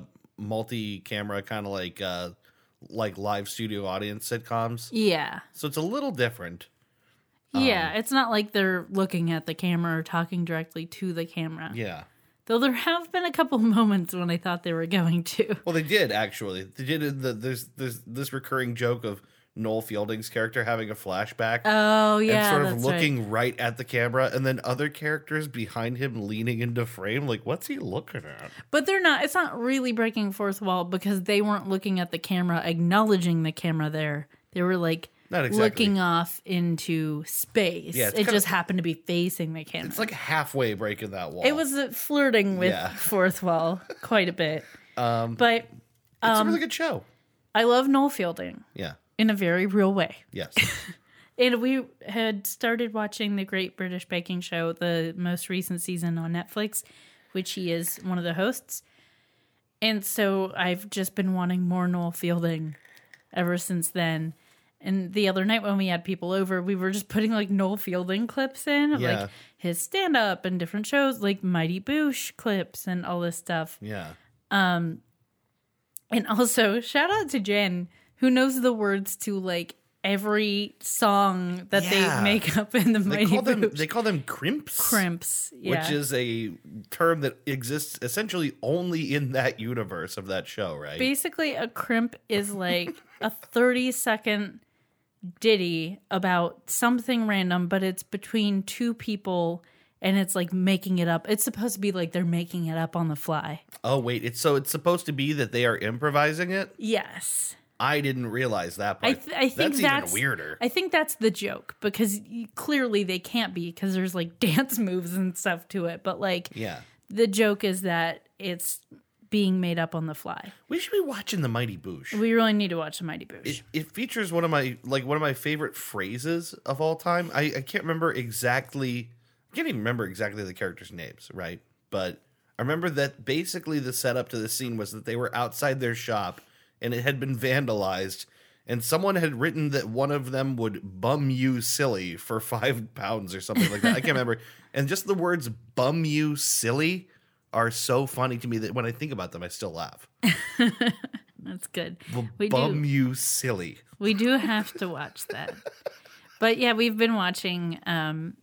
Speaker 1: multi-camera kind of like uh, like live studio audience sitcoms.
Speaker 2: Yeah.
Speaker 1: So it's a little different. Um,
Speaker 2: Yeah. it's not like they're looking at the camera or talking directly to the camera.
Speaker 1: Yeah.
Speaker 2: Though there have been a couple [laughs] moments when I thought they were going to.
Speaker 1: Well, they did actually. They did the, there's there's this recurring joke of Noel Fielding's character having a flashback.
Speaker 2: Oh yeah,
Speaker 1: and sort of
Speaker 2: that's right.
Speaker 1: looking right. at the camera, and then other characters behind him leaning into frame. Like, what's he looking at?
Speaker 2: But they're not. It's not really breaking fourth wall because they weren't looking at the camera, acknowledging the camera there. They were like
Speaker 1: Not exactly.
Speaker 2: looking off into space.
Speaker 1: Yeah, it's
Speaker 2: it
Speaker 1: kinda-
Speaker 2: just happened to be facing the camera.
Speaker 1: It's like halfway breaking that wall.
Speaker 2: it was uh, flirting with [laughs]
Speaker 1: Yeah.
Speaker 2: fourth wall quite a bit. Um, but
Speaker 1: It's a
Speaker 2: Um,
Speaker 1: really good show.
Speaker 2: I love Noel Fielding
Speaker 1: Yeah.
Speaker 2: in a very real way. [laughs]
Speaker 1: Yes.
Speaker 2: And we had started watching the Great British Baking Show, the most recent season on Netflix, which he is one of the hosts. And so I've just been wanting more Noel Fielding ever since then. And the other night when we had people over, we were just putting like Noel Fielding clips in, of,
Speaker 1: Yeah.
Speaker 2: like his stand up and different shows, like Mighty Boosh clips and all this stuff.
Speaker 1: yeah.
Speaker 2: And also, shout out to Jen, who knows the words to like every song that
Speaker 1: Yeah.
Speaker 2: they make up in the
Speaker 1: They
Speaker 2: Mighty
Speaker 1: call them
Speaker 2: Boosh.
Speaker 1: they call them crimps.
Speaker 2: Crimps, yeah.
Speaker 1: Which is a term that exists essentially only in that universe of that show, right?
Speaker 2: basically a crimp is like a 30 second ditty about something random, but it's between two people and it's like making it up. It's supposed to be like they're making it up on the fly.
Speaker 1: oh wait, it's so it's supposed to be that they are improvising it.
Speaker 2: Yes.
Speaker 1: I didn't realize that part.
Speaker 2: I, th- I think
Speaker 1: that's,
Speaker 2: that's,
Speaker 1: even weirder.
Speaker 2: I think that's the joke because y- clearly they can't be because there's like [laughs] dance moves and stuff to it. But like
Speaker 1: yeah.
Speaker 2: the joke is that it's being made up on the fly.
Speaker 1: We should be watching the Mighty Boosh.
Speaker 2: We really need to watch the Mighty Boosh.
Speaker 1: it, it features one of my like one of my favorite phrases of all time. I, I can't remember exactly I can't even remember exactly the characters' names, right? But I remember that basically the setup to the scene was that they were outside their shop and it had been vandalized and someone had written that one of them would bum you silly for [laughs] five pounds or something like that. I can't remember. And just the words bum you silly are so funny to me that when I think about them I still laugh.
Speaker 2: that's good. We
Speaker 1: Bum
Speaker 2: do.
Speaker 1: you silly.
Speaker 2: We do have to watch that. but yeah, we've been watching um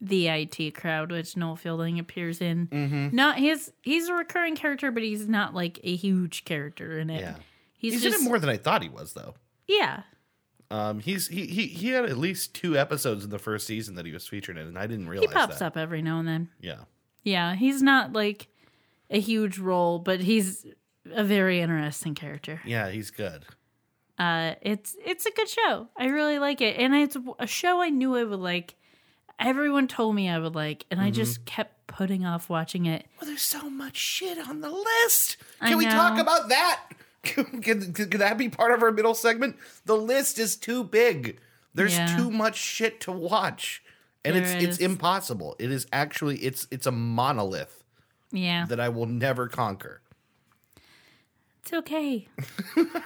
Speaker 2: the IT crowd, which Noel Fielding appears in.
Speaker 1: Mm-hmm.
Speaker 2: Not his he's a recurring character, but he's not like a huge character in it.
Speaker 1: Yeah.
Speaker 2: He's,
Speaker 1: He's
Speaker 2: just
Speaker 1: in it more than I thought he was, though.
Speaker 2: yeah.
Speaker 1: Um, he's he, he he had at least two episodes in the first season that he was featured in, and I didn't
Speaker 2: He
Speaker 1: realize
Speaker 2: pops
Speaker 1: that.
Speaker 2: up every now and then.
Speaker 1: Yeah,
Speaker 2: Yeah, he's not like a huge role, but he's a very interesting character.
Speaker 1: yeah, he's good.
Speaker 2: Uh, it's it's a good show. I really like it, and it's a show I knew I would like. Everyone told me I would like, and I
Speaker 1: Mm-hmm.
Speaker 2: just kept putting off watching it.
Speaker 1: Well, there's so much shit on the list.
Speaker 2: I
Speaker 1: Can we talk
Speaker 2: know.
Speaker 1: about that? [laughs] can, can, can that be part of our middle segment? The list is too big. There's
Speaker 2: Yeah.
Speaker 1: too much shit to watch, and
Speaker 2: There
Speaker 1: it's it's
Speaker 2: is.
Speaker 1: impossible. It is actually it's it's a monolith
Speaker 2: Yeah,
Speaker 1: that I will never conquer.
Speaker 2: it's okay.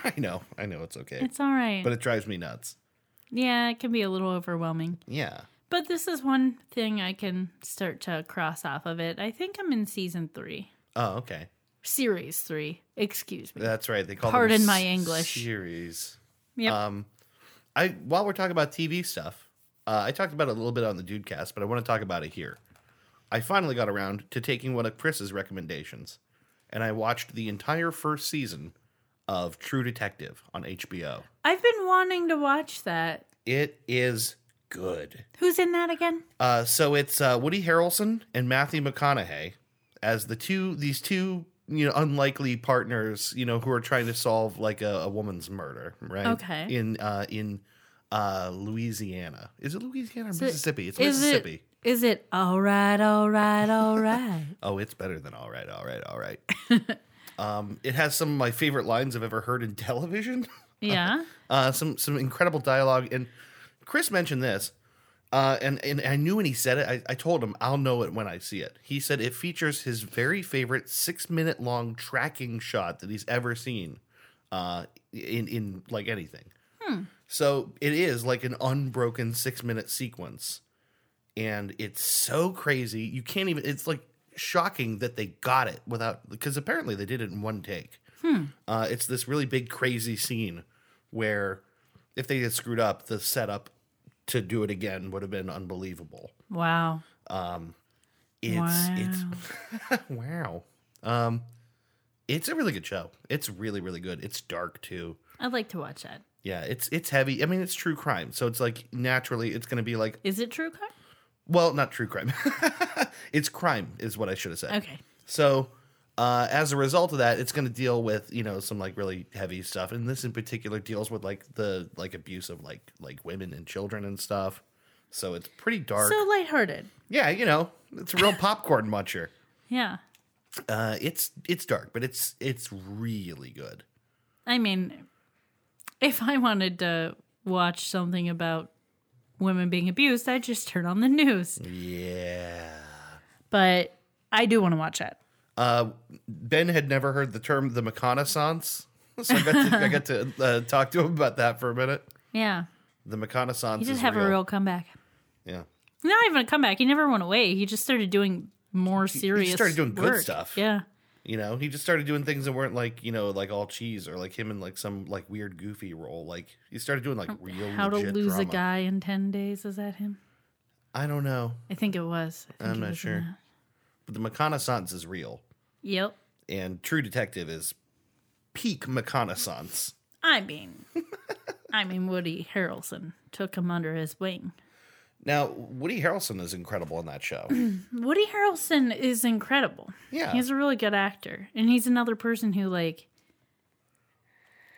Speaker 1: I know, I know, it's okay,
Speaker 2: It's all right.
Speaker 1: but it drives me nuts.
Speaker 2: yeah, it can be a little overwhelming,
Speaker 1: Yeah.
Speaker 2: but this is one thing I can start to cross off of it. I think I'm in season three,
Speaker 1: Oh, okay.
Speaker 2: series three. Excuse me.
Speaker 1: That's right. They call
Speaker 2: Pardon
Speaker 1: them
Speaker 2: my
Speaker 1: s-
Speaker 2: English.
Speaker 1: series.
Speaker 2: Yep.
Speaker 1: Um, I while we're talking about TV stuff, uh, I talked about it a little bit on the Dude Cast, but I want to talk about it here. I finally got around to taking one of Chris's recommendations, and I watched the entire first season of True Detective on HBO.
Speaker 2: I've been wanting to watch that.
Speaker 1: It is good.
Speaker 2: Who's in that again?
Speaker 1: Uh, so it's uh, Woody Harrelson and Matthew McConaughey as the two these two you know unlikely partners you know who are trying to solve like a, a woman's murder right
Speaker 2: Okay.
Speaker 1: in uh, in uh, Louisiana is it Louisiana or
Speaker 2: it-
Speaker 1: Mississippi it's
Speaker 2: is
Speaker 1: Mississippi
Speaker 2: It, is it all right, all right, all right?
Speaker 1: oh it's better than all right all right all right um, it has some of my favorite lines I've ever heard in television.
Speaker 2: [laughs] yeah.
Speaker 1: uh, some some incredible dialogue. And Chris mentioned this, uh, and and I knew when he said it. I, I told him I'll know it when I see it. He said it features his very favorite six minute long tracking shot that he's ever seen, uh, in in like anything. So it is like an unbroken six minute sequence, and it's so crazy you can't even. It's like shocking that they got it without because apparently they did it in one take. Uh, it's this really big crazy scene where if they had screwed up, the setup to do it again would have been unbelievable.
Speaker 2: Wow.
Speaker 1: It's it's [laughs] wow. Um it's a really good show. It's really really good. It's dark too.
Speaker 2: I'd like to watch that.
Speaker 1: Yeah, it's it's heavy. I mean, it's true crime. So it's like naturally it's going to be like
Speaker 2: Is it true crime?
Speaker 1: well, not true crime. [laughs] it's crime is what I should have said.
Speaker 2: Okay.
Speaker 1: So, uh, as a result of that, it's going to deal with you know some like really heavy stuff, and this in particular deals with like the like abuse of like like women and children and stuff. So it's pretty dark.
Speaker 2: So lighthearted.
Speaker 1: yeah, you know, it's a real popcorn muncher.
Speaker 2: Yeah.
Speaker 1: Uh, it's it's dark, but it's it's really good.
Speaker 2: I mean, if I wanted to watch something about women being abused, I'd just turn on the news.
Speaker 1: Yeah.
Speaker 2: But I do want to watch that.
Speaker 1: Uh, ben had never heard the term the reconnaissance, so I got to, I got to uh, talk to him about that for a minute.
Speaker 2: Yeah.
Speaker 1: The reconnaissance.
Speaker 2: He did
Speaker 1: is
Speaker 2: have a real comeback.
Speaker 1: yeah.
Speaker 2: Not even a comeback. He never went away. He just started doing more serious.
Speaker 1: started doing good
Speaker 2: work.
Speaker 1: stuff.
Speaker 2: Yeah.
Speaker 1: You know, he just started doing things that weren't like, you know, like all cheese or like him in like some like weird goofy role. Like he started doing like real
Speaker 2: How to
Speaker 1: legit
Speaker 2: lose a
Speaker 1: drama.
Speaker 2: guy in ten days? Is that him?
Speaker 1: I don't know,
Speaker 2: I think it was. I think
Speaker 1: I'm
Speaker 2: it
Speaker 1: not
Speaker 2: was in
Speaker 1: sure.
Speaker 2: that.
Speaker 1: but the reconnaissance is real,
Speaker 2: Yep.
Speaker 1: and True Detective is peak reconnaissance.
Speaker 2: I mean, [laughs] I mean Woody Harrelson took him under his wing.
Speaker 1: Now Woody Harrelson is incredible in that
Speaker 2: [clears throat]
Speaker 1: show.
Speaker 2: Woody Harrelson is incredible.
Speaker 1: Yeah.
Speaker 2: He's a really good actor, and he's another person who like.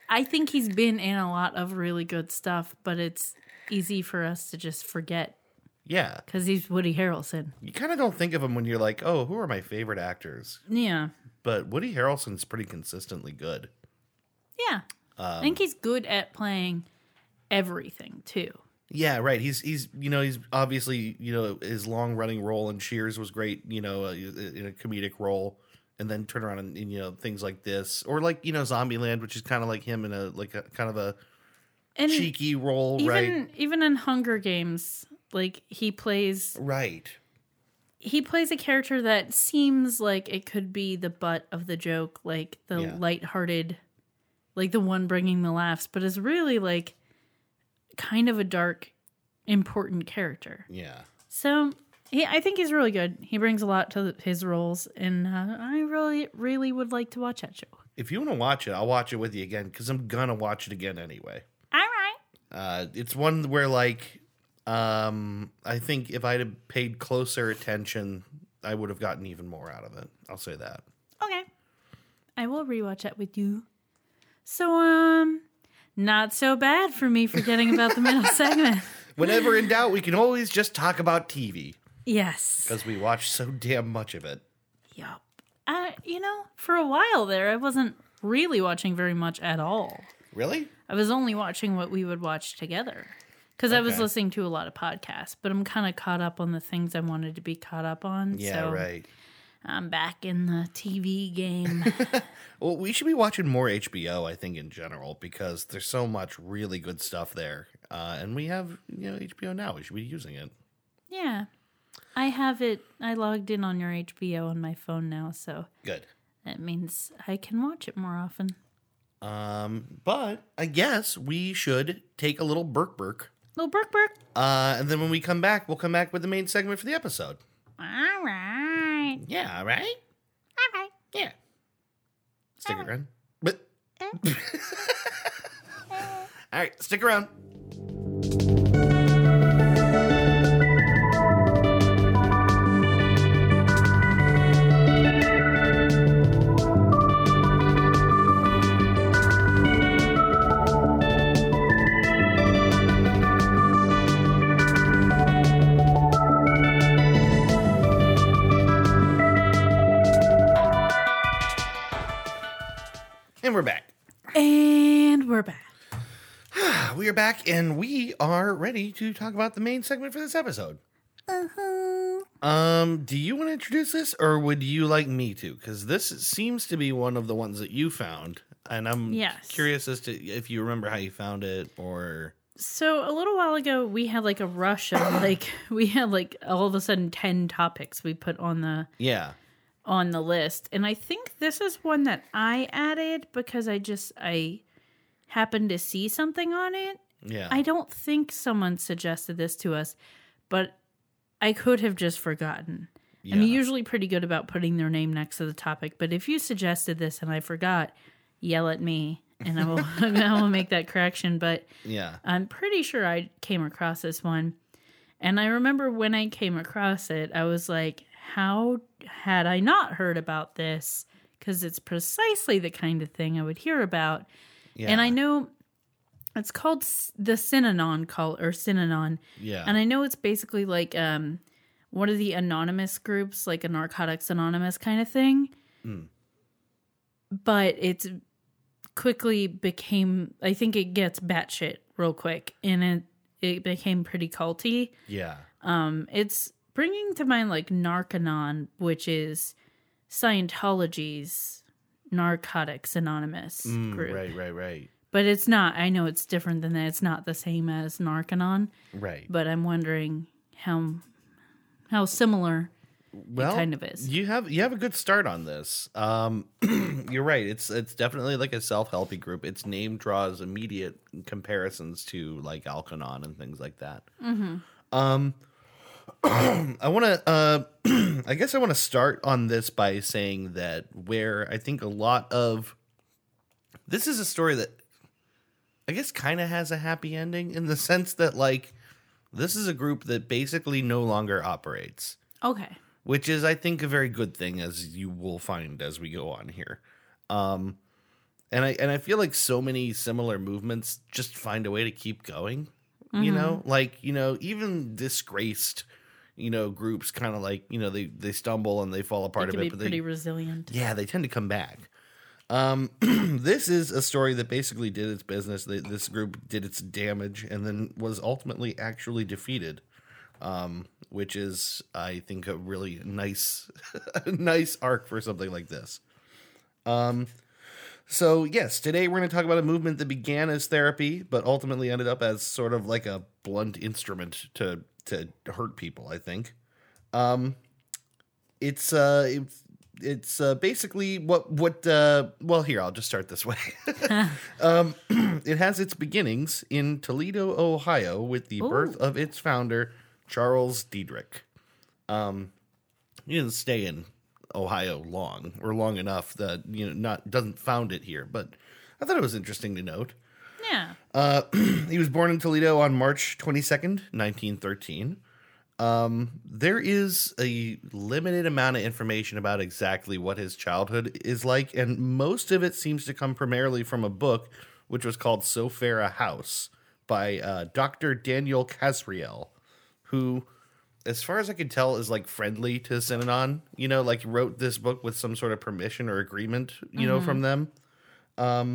Speaker 2: I think he's been in a lot of really good stuff, but it's easy for us to just forget
Speaker 1: yeah,
Speaker 2: because he's Woody Harrelson.
Speaker 1: you kind of don't think of him when you're like, oh, who are my favorite actors?
Speaker 2: Yeah.
Speaker 1: But Woody Harrelson's pretty consistently good.
Speaker 2: Yeah. I think
Speaker 1: Um,
Speaker 2: he's good at playing everything too.
Speaker 1: Yeah, right. He's he's you know he's obviously you know his long running role in Cheers was great. You know, uh, in a comedic role, and then turn around and, and, you know things like this, or like you know Zombieland, which is kind of like him in a like a kind of a
Speaker 2: And
Speaker 1: cheeky role,
Speaker 2: Hmm. even
Speaker 1: right?
Speaker 2: even in Hunger Games, like he plays
Speaker 1: Right.
Speaker 2: he plays a character that seems like it could be the butt of the joke, like the
Speaker 1: Yeah.
Speaker 2: lighthearted, like the one bringing the laughs, but is really like kind of a dark, important character.
Speaker 1: Yeah.
Speaker 2: So He, I think he's really good. He brings a lot to his roles, and uh, I really, really would like to watch that show.
Speaker 1: If you want to watch it, I'll watch it with you again because I'm gonna watch it again anyway.
Speaker 2: All right.
Speaker 1: Uh, it's one where like um, I think if I'd have paid closer attention, I would have gotten even more out of it. I'll say that.
Speaker 2: Okay. I will rewatch that with you. So, um, not so bad for me forgetting about the middle [laughs] segment.
Speaker 1: Whenever in doubt, we can always just talk about TV
Speaker 2: Yes.
Speaker 1: because we watch so damn much of it.
Speaker 2: Yup. Uh, you know, for a while there, I wasn't really watching very much at all.
Speaker 1: Really?
Speaker 2: I was only watching what we would watch together because I was
Speaker 1: Okay.
Speaker 2: listening to a lot of podcasts, but I'm kind of caught up on the things I wanted to be caught up on.
Speaker 1: Yeah,
Speaker 2: so
Speaker 1: right.
Speaker 2: I'm back in the TV
Speaker 1: [laughs]
Speaker 2: game.
Speaker 1: Well, we should be watching more HBO, I think, in general, because there's so much really good stuff there. Uh, and we have, you know, HBO now. We should be using it.
Speaker 2: yeah. I have it. I logged in on your HBO on my phone now, so
Speaker 1: Good.
Speaker 2: that means I can watch it more often.
Speaker 1: Um, but I guess we should take a little burk burk.
Speaker 2: Little Burk Burk.
Speaker 1: Uh, and then when we come back, we'll come back with the main segment for the episode.
Speaker 2: All right.
Speaker 1: Yeah, all right?
Speaker 2: All right.
Speaker 1: Yeah. Stick around. But
Speaker 2: Eh?
Speaker 1: [laughs] All right, stick around. And we're back. Uh,
Speaker 2: And we're back.
Speaker 1: We are back and we are ready to talk about the main segment for this episode.
Speaker 2: Uh-huh.
Speaker 1: Um, do you want to introduce this or would you like me to? Because this seems to be one of the ones that you found. And I'm
Speaker 2: Yes.
Speaker 1: curious as to if you remember how you found it or.
Speaker 2: So a little while ago, we had like a rush of [coughs] like we had like all of a sudden ten topics we put on the
Speaker 1: Yeah.
Speaker 2: on the list, and I think this is one that I added because I just I happened to see something on it.
Speaker 1: Yeah.
Speaker 2: I don't think someone suggested this to us, but I could have just forgotten. I'm
Speaker 1: Yeah.
Speaker 2: usually pretty good about putting their name next to the topic, but if you suggested this and I forgot, yell at me and I will [laughs] I will make that correction. But
Speaker 1: yeah.
Speaker 2: I'm pretty sure I came across this one. And I remember when I came across it, I was like, how had I not heard about this? Because it's precisely the kind of thing I would hear about.
Speaker 1: Yeah.
Speaker 2: And I know it's called s- the Synanon call or Synanon.
Speaker 1: Yeah.
Speaker 2: And I know it's basically like um, one of the anonymous groups, like a Narcotics Anonymous kind of thing.
Speaker 1: Mm.
Speaker 2: But it's quickly became, I think it gets batshit real quick, and it it became pretty culty.
Speaker 1: yeah.
Speaker 2: Um, it's bringing to mind like Narcanon, which is Scientology's Narcotics Anonymous
Speaker 1: Mm,
Speaker 2: group,
Speaker 1: right, right, right.
Speaker 2: but it's not. I know it's different than that. It's not the same as Narcanon
Speaker 1: Right.
Speaker 2: but I'm wondering how how similar.
Speaker 1: well,
Speaker 2: kind of is.
Speaker 1: You have you have a good start on this. Um, [clears throat] you're right. It's it's definitely like a self helpy group. Its name draws immediate comparisons to like Alkanon and things like that.
Speaker 2: Mm-hmm.
Speaker 1: Um, [clears throat] I want to. Uh, [clears throat] I guess I want to start on this by saying that where I think a lot of this is a story that I guess kind of has a happy ending in the sense that like this is a group that basically no longer operates
Speaker 2: Okay.
Speaker 1: which is I think a very good thing as you will find as we go on here. Um and I and I feel like so many similar movements just find a way to keep going. You
Speaker 2: Mm-hmm.
Speaker 1: know, like, you know, even disgraced, you know, groups kind of like, you know, they they stumble and they fall apart
Speaker 2: It
Speaker 1: a
Speaker 2: could
Speaker 1: bit,
Speaker 2: be
Speaker 1: but
Speaker 2: pretty
Speaker 1: they
Speaker 2: resilient.
Speaker 1: yeah, they tend to come back. Um, [clears throat] this is a story that basically did its business. They, this group did its damage and then was ultimately actually defeated, um, which is, I think, a really nice, [laughs] nice arc for something like this. Um, So, yes, today we're going to talk about a movement that began as therapy, but ultimately ended up as sort of like a blunt instrument to to hurt people, I think. Um it's uh it's, it's uh, basically what what uh well here, I'll just start this way. [laughs] um [clears throat] it has its beginnings in Toledo, Ohio with the birth of its founder, Charles Diedrich. he didn't stay in Ohio long or long enough that you know not doesn't found it here, but I thought it was interesting to note.
Speaker 2: Yeah.
Speaker 1: [clears throat] He was born in Toledo on March 22nd, 1913. Um, there is a limited amount of information about exactly what his childhood is like, and most of it seems to come primarily from a book which was called So Fair a House by uh, Dr. Daniel Casriel, who, as far as I could tell, is like friendly to Synanon. You know, like wrote this book with some sort of permission or agreement, you know, from
Speaker 2: Mm-hmm.
Speaker 1: them.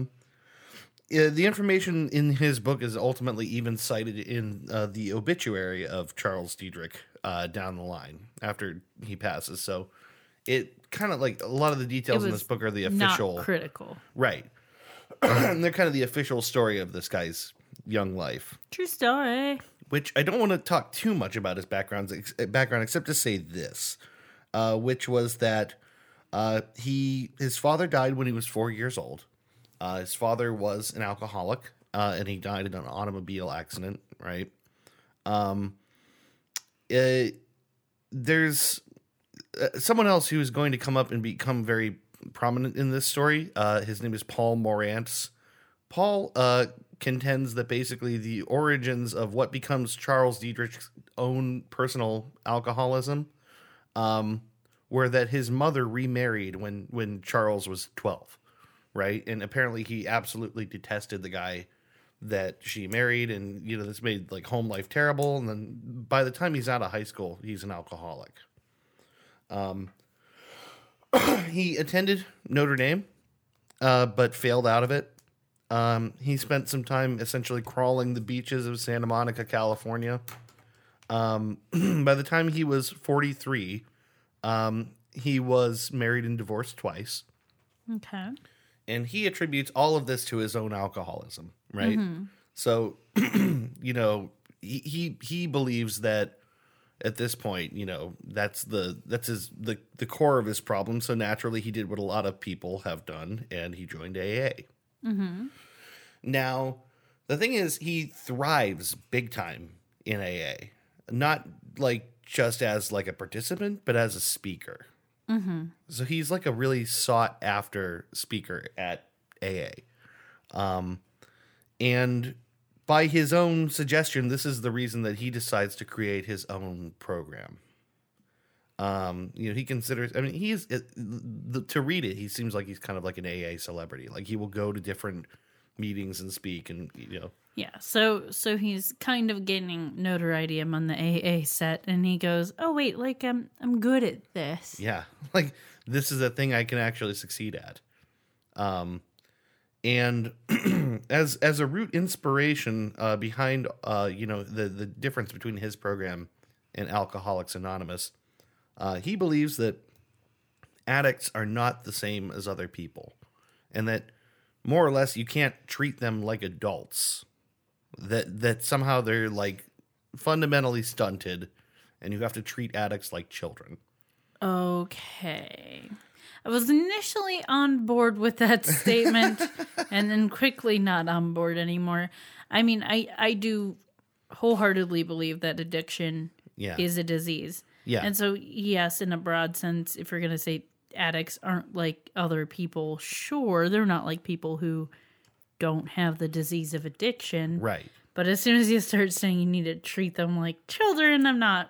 Speaker 1: Uh, the information in his book is ultimately even cited in uh, the obituary of Charles Diedrich uh, down the line after he passes. So it kind of like a lot of the details in
Speaker 2: was
Speaker 1: this book are the
Speaker 2: Not
Speaker 1: official,
Speaker 2: critical.
Speaker 1: right? [clears throat] and they're kind of the official story of this guy's young life
Speaker 2: True story.
Speaker 1: which I don't want to talk too much about his background, ex- eh, background except to say this, uh, which was that uh, he his father died when he was four years old. Uh, his father was an alcoholic, uh, and he died in an automobile accident. Right. Um. uh, there's uh, someone else who is going to come up and become very prominent in this story. Uh, his name is Paul Morantz. Paul uh, contends that basically the origins of what becomes Charles Diedrich's own personal alcoholism um, were that his mother remarried when when Charles was twelve, right? And apparently he absolutely detested the guy that she married, and you know this made like home life terrible. And then by the time he's out of high school, he's an alcoholic. Um, [clears throat] he attended Notre Dame, uh, but failed out of it. Um, he spent some time essentially crawling the beaches of Santa Monica, California. Um, [clears throat] by the time he was 43, um, he was married and divorced twice.
Speaker 2: Okay.
Speaker 1: And he attributes all of this to his own alcoholism, right? So, [clears throat] you know, he, he he believes that at this point, you know, that's the that's his the the core of his problem. So naturally, he did what a lot of people have done, and he joined AA.
Speaker 2: Mm-hmm.
Speaker 1: Now, the thing is, he thrives big time in AA. Not like just as like a participant, but as a speaker.
Speaker 2: Mm-hmm.
Speaker 1: So he's like a really sought after speaker at AA. Um, and by his own suggestion, this is the reason that he decides to create his own program. Um, you know, he considers, I mean, he is, it- the, to read it, he seems like he's kind of like an AA celebrity. Like he will go to different meetings and speak and, you know,
Speaker 2: Yeah. So so he's kind of gaining notoriety among the AA set, and he goes, "Oh wait, like I'm I'm good at this."
Speaker 1: Yeah. [laughs] Like this is a thing I can actually succeed at. Um and [clears throat] as as a root inspiration uh behind uh you know the the difference between his program and Alcoholics Anonymous, uh he believes that addicts are not the same as other people and that more or less you can't treat them like adults. That that somehow they're like fundamentally stunted and you have to treat addicts like children.
Speaker 2: Okay. I was initially on board with that [laughs] statement and then quickly not on board anymore. I mean, I, I do wholeheartedly believe that addiction
Speaker 1: Yeah.
Speaker 2: is a disease.
Speaker 1: Yeah.
Speaker 2: And so, yes, in a broad sense, if you're going to say addicts aren't like other people, sure, they're not like people who don't have the disease of addiction.
Speaker 1: right.
Speaker 2: But as soon as you start saying you need to treat them like children, I'm not.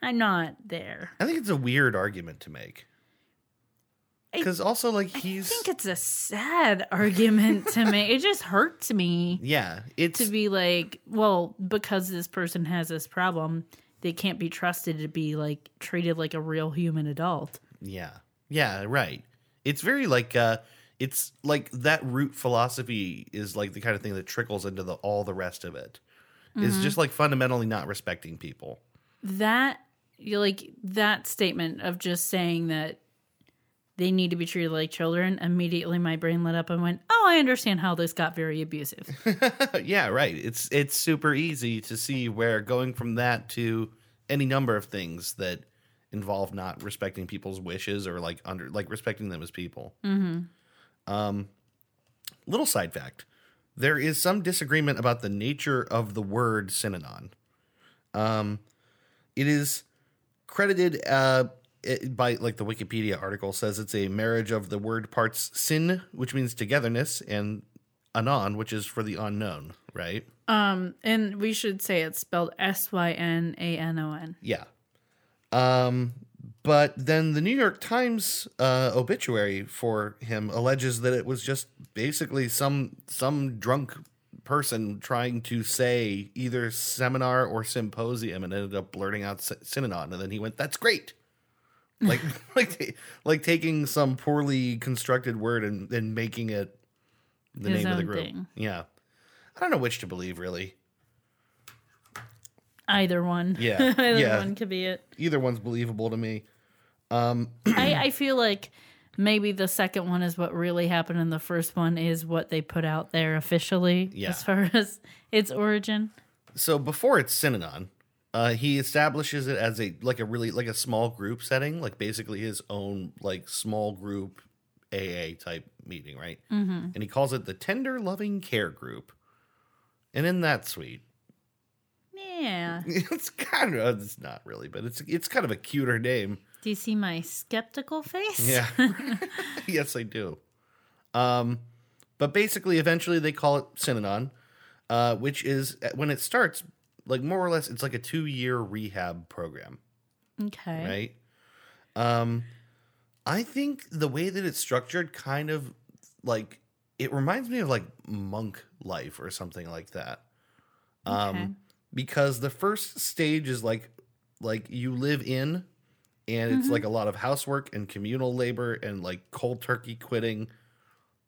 Speaker 2: I'm not there.
Speaker 1: I think it's a weird argument to make.
Speaker 2: I-
Speaker 1: Because also, like,
Speaker 2: I
Speaker 1: he's.
Speaker 2: think it's a sad [laughs] argument to me. It just hurts me
Speaker 1: yeah, it's.
Speaker 2: to be like, well, because this person has this problem, they can't be trusted to be like treated like a real human adult.
Speaker 1: yeah. Yeah, right. It's very like. uh It's like that root philosophy is like the kind of thing that trickles into the all the rest of it.
Speaker 2: Mm-hmm.
Speaker 1: It's just like fundamentally not respecting people.
Speaker 2: That you like that statement of just saying that they need to be treated like children, immediately my brain lit up and went, "Oh, I understand how this got very
Speaker 1: [laughs]
Speaker 2: abusive."
Speaker 1: yeah, right. It's it's super easy to see where going from that to any number of things that involve not respecting people's wishes or like under like respecting them as people. Mm-hmm. Um, little side fact: there is some disagreement about the nature of the word synanon. Um, it is credited uh, it, by like the Wikipedia article says it's a marriage of the word parts sin, which means togetherness, and anon, which is for the unknown, right?
Speaker 2: Um, and we should say it's spelled S Y N A N O N.
Speaker 1: Yeah. Um, but then the New York Times uh, obituary for him alleges that it was just basically some some drunk person trying to say either seminar or symposium and ended up blurting out sy- synanon, and then he went, "That's
Speaker 2: [laughs]
Speaker 1: great." like [laughs] like ta- like taking some poorly constructed word and, and making it the
Speaker 2: His
Speaker 1: name of the
Speaker 2: own
Speaker 1: group.
Speaker 2: thing.
Speaker 1: Yeah. I don't know which to believe
Speaker 2: [laughs]
Speaker 1: really.
Speaker 2: Either one.
Speaker 1: Yeah,
Speaker 2: Either
Speaker 1: yeah.
Speaker 2: one could be it.
Speaker 1: Either one's believable to me.
Speaker 2: I, I feel like maybe the second one is what really happened, and the first one is what they put out there officially
Speaker 1: Yeah.
Speaker 2: as far [laughs] as its origin.
Speaker 1: so before it's Synanon, uh, he establishes it as a like a really like a small group setting, like basically his own like small group AA type meeting, right? Mm-hmm. And he calls it the Tender Loving Care Group. And in that suite, [laughs]
Speaker 2: Yeah.
Speaker 1: it's kind of it's not really, but it's it's kind of a cuter name.
Speaker 2: Do you see my skeptical face?
Speaker 1: Yeah. yes, I do. Um, but basically, eventually they call it Synanon, uh, which is when it starts, like more or less, it's like a two year rehab program,
Speaker 2: Okay.
Speaker 1: right? Um, I think the way that it's structured kind of like it reminds me of like monk life or something like that. Um,
Speaker 2: Okay.
Speaker 1: because the first stage is like like you live in and
Speaker 2: Mm-hmm.
Speaker 1: it's like a lot of housework and communal labor and like cold turkey quitting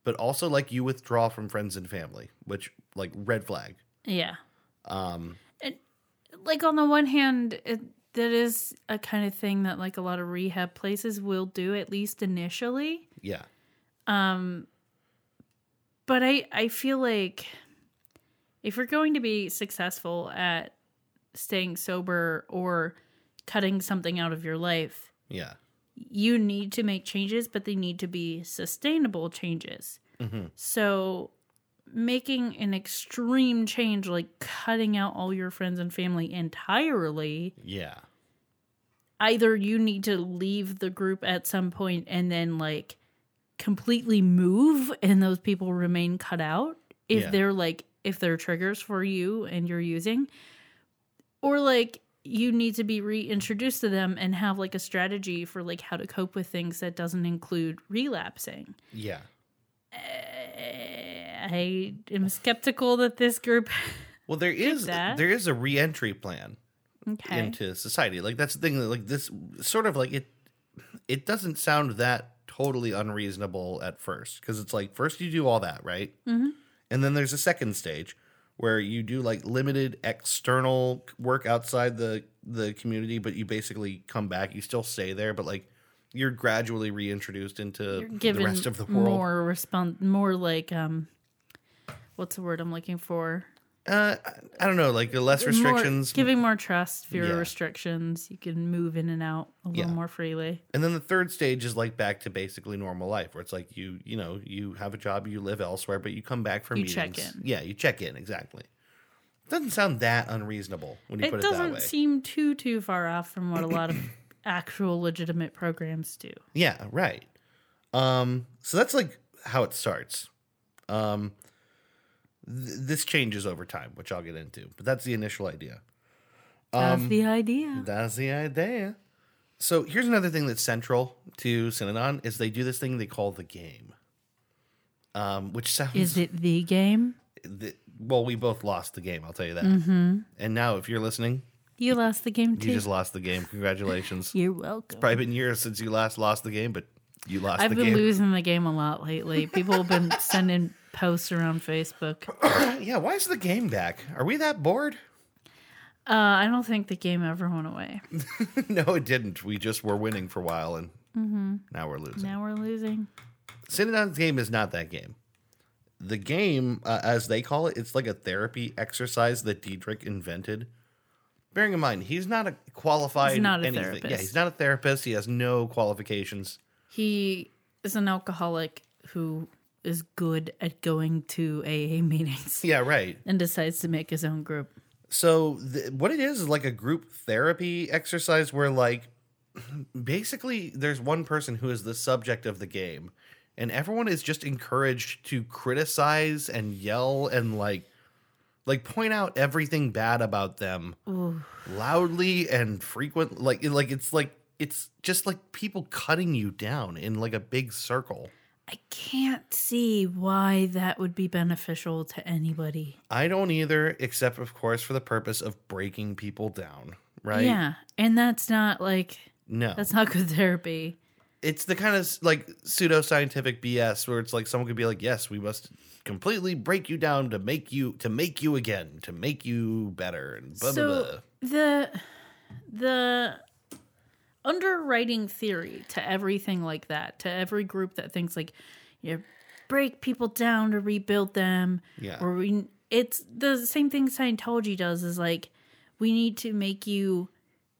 Speaker 1: but also like you withdraw from friends and family which like red flag
Speaker 2: Yeah.
Speaker 1: um
Speaker 2: Like on the one hand, it, that is a kind of thing that like a lot of rehab places will do at least initially.
Speaker 1: yeah
Speaker 2: Um but I I feel like if you're going to be successful at staying sober or cutting something out of your life,
Speaker 1: yeah
Speaker 2: you need to make changes, but they need to be sustainable changes.
Speaker 1: Mhm.
Speaker 2: So, making an extreme change, like cutting out all your friends and family entirely,
Speaker 1: yeah
Speaker 2: either you need to leave the group at some point and then like completely move, and those people remain cut out if
Speaker 1: Yeah.
Speaker 2: they're like, if they're triggers for you and you're using, or like, you need to be reintroduced to them and have like a strategy for like how to cope with things that doesn't include relapsing. Eh,
Speaker 1: yeah
Speaker 2: I am skeptical that this group. [laughs]
Speaker 1: well there is
Speaker 2: that.
Speaker 1: there is a reentry plan
Speaker 2: Okay.
Speaker 1: into society like that's the thing that like this sort of like it it doesn't sound that totally unreasonable at first because it's like first you do all that right
Speaker 2: Mhm.
Speaker 1: and then there's a second stage where you do like limited external work outside the the community but you basically come back you still stay there but like you're gradually reintroduced into
Speaker 2: You're
Speaker 1: the
Speaker 2: given
Speaker 1: rest of the world
Speaker 2: more respon more like um, what's the word I'm looking for?
Speaker 1: uh I- i don't know like less
Speaker 2: More-
Speaker 1: restrictions
Speaker 2: giving more trust, fewer
Speaker 1: Yeah.
Speaker 2: restrictions. You can move in and out a little
Speaker 1: Yeah.
Speaker 2: more freely.
Speaker 1: And then the third stage is like back to basically normal life, where it's like you, you know, you have a job, you live elsewhere, but you come back for
Speaker 2: You
Speaker 1: meetings.
Speaker 2: check in.
Speaker 1: Yeah, you check in exactly. Doesn't sound that unreasonable when you
Speaker 2: It
Speaker 1: put it that way.
Speaker 2: doesn't seem too too far off from what a
Speaker 1: [coughs]
Speaker 2: lot of actual legitimate programs do.
Speaker 1: yeah, right. Um, so that's like how it starts. Um, th- this changes over time, which I'll get into, but that's the initial idea.
Speaker 2: That's the idea.
Speaker 1: Um, That's the idea. So here's another thing that's central to Synanon is they do this thing they call the game, um, which sounds
Speaker 2: Is it the game?
Speaker 1: th- well, we both lost the game. I'll tell you that.
Speaker 2: Mm-hmm.
Speaker 1: And now, if you're listening,
Speaker 2: You lost the game too.
Speaker 1: you just lost the game.
Speaker 2: [laughs]
Speaker 1: Congratulations.
Speaker 2: You're welcome.
Speaker 1: Probably been years since you last lost the game, but you lost
Speaker 2: I've
Speaker 1: the
Speaker 2: been
Speaker 1: game.
Speaker 2: losing the game a lot lately. People
Speaker 1: [laughs]
Speaker 2: have been sending posts around Facebook. Uh,
Speaker 1: [gasps] yeah, why is the game back? Are we that bored? [laughs]
Speaker 2: Uh, I don't think the game ever
Speaker 1: [laughs]
Speaker 2: went away.
Speaker 1: no, it didn't. We just were winning for a while, and
Speaker 2: Mm-hmm.
Speaker 1: now we're losing.
Speaker 2: Now we're losing.
Speaker 1: Synodon's game is not that game. The game, uh, as they call it, it's like a therapy exercise that Diedrich invented. Bearing in mind, he's not a qualified
Speaker 2: He's not a
Speaker 1: anything. Yeah,
Speaker 2: therapist.
Speaker 1: he's not a therapist. He has no qualifications.
Speaker 2: He is an alcoholic who is good at going to AA meetings [laughs]
Speaker 1: Yeah, right.
Speaker 2: and decides to make his own group.
Speaker 1: So th- what it is is like a group therapy exercise where like [clears throat] basically there's one person who is the subject of the game and everyone is just encouraged to criticize and yell and like like point out everything bad about them loudly and frequent like like it's like it's just like people cutting you down in like a big circle.
Speaker 2: I can't see why that would be beneficial to anybody.
Speaker 1: I don't either except of course for the purpose of breaking people down, right?
Speaker 2: yeah, and that's not like
Speaker 1: No.
Speaker 2: that's not good therapy.
Speaker 1: it's the kind of like pseudoscientific BS where it's like someone could be like, "Yes, we must completely break you down to make you to make you again to make you better." And blah, blah, blah.
Speaker 2: So the the underwriting theory to everything like that, to every group that thinks like you break people down to rebuild them.
Speaker 1: Yeah.
Speaker 2: Or we it's the same thing Scientology does is like we need to make you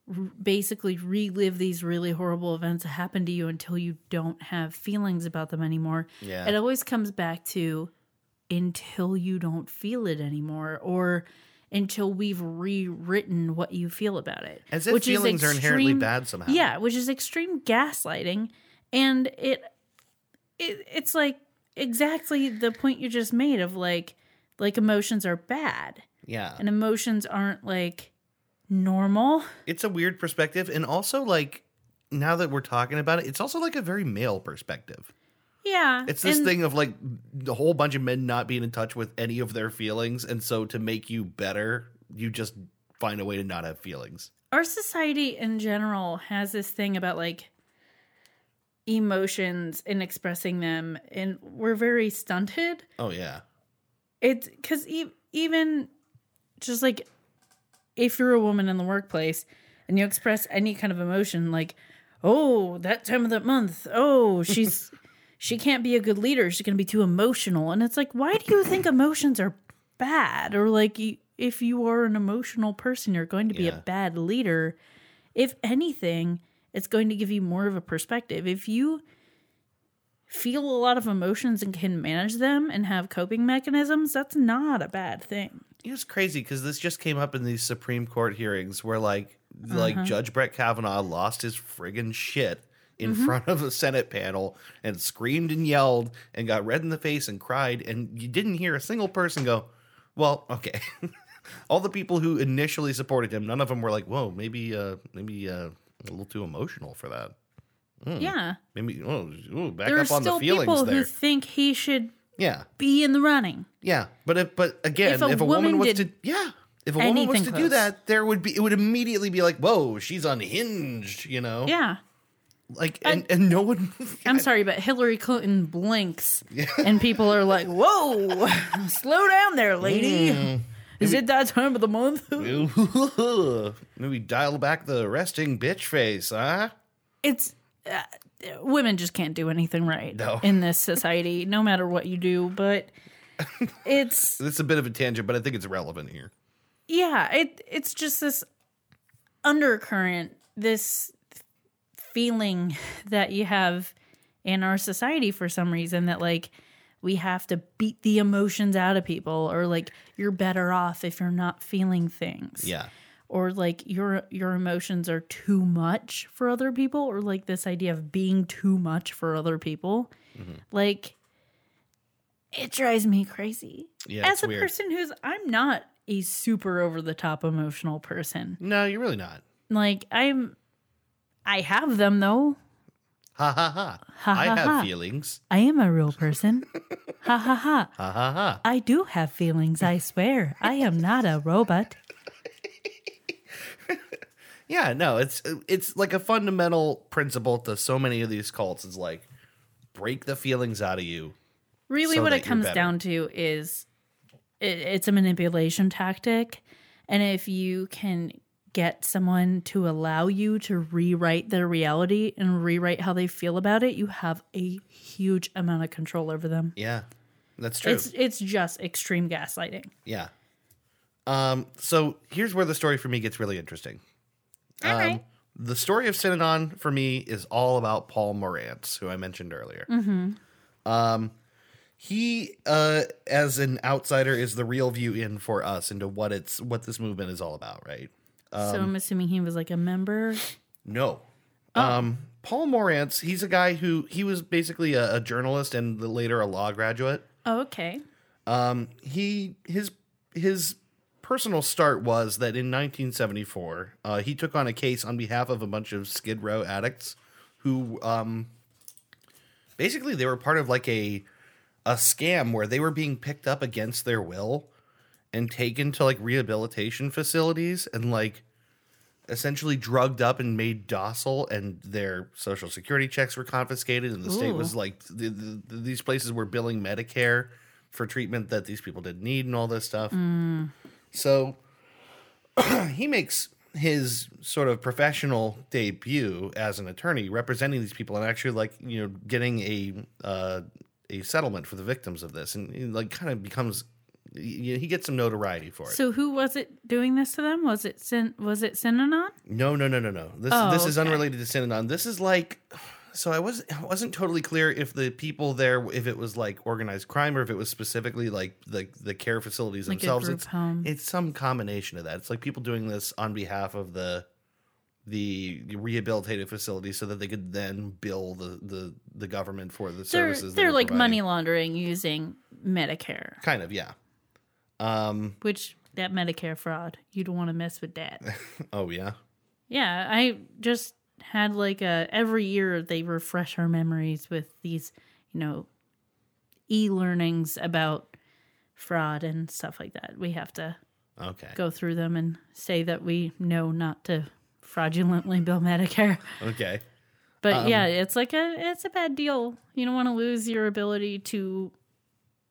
Speaker 2: r- basically relive these really horrible events that happened to you until you don't have feelings about them anymore.
Speaker 1: Yeah.
Speaker 2: It always comes back to until you don't feel it anymore or until we've rewritten what you feel about it.
Speaker 1: As if feelings are inherently
Speaker 2: extreme-
Speaker 1: bad somehow.
Speaker 2: Yeah, which is extreme gaslighting and it, it it's like exactly the point you just made of like like emotions are bad
Speaker 1: yeah.
Speaker 2: and emotions aren't like normal.
Speaker 1: It's a weird perspective, and also like now that we're talking about it, it's also like a very male perspective.
Speaker 2: Yeah.
Speaker 1: It's this
Speaker 2: and-
Speaker 1: thing of like a whole bunch of men not being in touch with any of their feelings, and so to make you better, you just find a way to not have feelings.
Speaker 2: our society in general has this thing about like emotions and expressing them and we're very stunted
Speaker 1: Oh yeah.
Speaker 2: it's because e- even just like if you're a woman in the workplace and you express any kind of emotion like oh that time of the month oh she's she can't be a good leader she's gonna be too emotional and it's like why do you think emotions are bad or like you, if you are an emotional person you're going to be
Speaker 1: Yeah.
Speaker 2: a bad leader if anything it's going to give you more of a perspective if you feel a lot of emotions and can manage them and have coping mechanisms, that's not a bad thing.
Speaker 1: It was crazy because this just came up in these Supreme Court hearings where like
Speaker 2: Mm-hmm.
Speaker 1: like Judge Brett Kavanaugh lost his friggin' shit in
Speaker 2: Mm-hmm.
Speaker 1: front of a Senate panel and screamed and yelled and got red in the face and cried and you didn't hear a single person go, "Well, okay." [laughs] All the people who initially supported him, none of them were like, "Whoa, maybe uh maybe uh a little too emotional for that."
Speaker 2: Yeah.
Speaker 1: Maybe oh, ooh, back
Speaker 2: There are
Speaker 1: Hmm. up on the
Speaker 2: still
Speaker 1: feelings
Speaker 2: people
Speaker 1: there.
Speaker 2: who think he should
Speaker 1: yeah.
Speaker 2: be in the running.
Speaker 1: Yeah, but if, but again, if a, woman, was to
Speaker 2: did
Speaker 1: yeah, if a woman was
Speaker 2: anything
Speaker 1: to do
Speaker 2: close.
Speaker 1: that, there would be it would immediately be like, whoa, she's unhinged, you know?
Speaker 2: Yeah.
Speaker 1: Like and, and no one [laughs]
Speaker 2: I'm sorry, but Hillary Clinton blinks [laughs] and people
Speaker 1: [laughs]
Speaker 2: are like, whoa, slow down there, lady.
Speaker 1: Hmm.
Speaker 2: [laughs] Is it that time of the month?
Speaker 1: maybe dial back the resting bitch face, huh?
Speaker 2: it's. Uh, women just can't do anything right
Speaker 1: No.
Speaker 2: in this society, no matter what you do,
Speaker 1: [laughs]
Speaker 2: but it's.
Speaker 1: It's a bit of a tangent, but I think it's relevant here.
Speaker 2: yeah it it's just this undercurrent this feeling [laughs] that you have in our society for some reason that like we have to beat the emotions out of people or like you're better off if you're not feeling things
Speaker 1: Yeah.
Speaker 2: or like your your emotions are too much for other people or like this idea of being too much for other people like it drives me crazy
Speaker 1: Yeah,
Speaker 2: as
Speaker 1: it's
Speaker 2: a
Speaker 1: weird.
Speaker 2: person who's i'm not a super over the top emotional person
Speaker 1: No, you're really not.
Speaker 2: like i'm i have them though
Speaker 1: Ha ha ha. I
Speaker 2: ha,
Speaker 1: have
Speaker 2: ha.
Speaker 1: feelings.
Speaker 2: i am a real person ha ha ha
Speaker 1: [laughs] Ha ha ha.
Speaker 2: i do have feelings i swear i am not a robot
Speaker 1: Yeah, no, it's it's like a fundamental principle to so many of these cults is like break the feelings out of you.
Speaker 2: really
Speaker 1: so
Speaker 2: what
Speaker 1: that
Speaker 2: it
Speaker 1: you're
Speaker 2: comes
Speaker 1: better.
Speaker 2: down to is it, it's a manipulation tactic and if you can get someone to allow you to rewrite their reality and rewrite how they feel about it you have a huge amount of control over them
Speaker 1: Yeah. That's true.
Speaker 2: it's it's just extreme gaslighting
Speaker 1: Yeah. Um, so here's where the story for me gets really interesting.
Speaker 2: All
Speaker 1: um,
Speaker 2: right.
Speaker 1: The story of Synodon
Speaker 2: Mm-hmm.
Speaker 1: for me is all about Paul Morantz, who I mentioned earlier. Um, he uh as an outsider is the real view in for us into what it's what this movement is all about, right?
Speaker 2: so
Speaker 1: Um,
Speaker 2: I'm assuming he was like a member.
Speaker 1: No.
Speaker 2: Oh.
Speaker 1: Um, Paul Morantz, he's a guy who he was basically a, a journalist and the- later a law graduate.
Speaker 2: Oh, okay.
Speaker 1: Um, he his his personal start was that in 1974, uh, he took on a case on behalf of a bunch of Skid Row addicts who um, basically they were part of like a a scam where they were being picked up against their will and taken to like rehabilitation facilities and like essentially drugged up and made docile and their social security checks were confiscated and the state was
Speaker 2: Ooh.
Speaker 1: like th th th- these places were billing medicare for treatment that these people didn't need and all this stuff so he makes his sort of professional debut as an attorney representing these people and actually like you know getting a uh, a settlement for the victims of this and, and, like kind of becomes y- y- he gets some notoriety for it.
Speaker 2: So who was it doing this to them? Was it Sin? Was it Synanon?
Speaker 1: No, no, no, no, no. This
Speaker 2: Oh,
Speaker 1: this is
Speaker 2: okay.
Speaker 1: unrelated to Synanon. This is like so I was I wasn't totally clear if the people there if it was like organized crime or if it was specifically like the the care facilities
Speaker 2: Like a
Speaker 1: themselves.
Speaker 2: group
Speaker 1: it's
Speaker 2: home.
Speaker 1: it's some combination of that. It's like people doing this on behalf of the the rehabilitative facility so that they could then bill the the, the government for the
Speaker 2: They're
Speaker 1: services they
Speaker 2: they're
Speaker 1: were
Speaker 2: like
Speaker 1: providing.
Speaker 2: money laundering using Medicare,
Speaker 1: kind of yeah um
Speaker 2: which that Medicare fraud. You don't want to mess with that. [laughs]
Speaker 1: oh yeah
Speaker 2: Yeah, I just had like a every year they refresh our memories with these, you know, e learnings about fraud and stuff like that. We have to
Speaker 1: okay
Speaker 2: go through them and say that we know not to fraudulently bill Medicare. [laughs]
Speaker 1: okay
Speaker 2: But yeah, it's like a it's a bad deal. You don't want to lose your ability to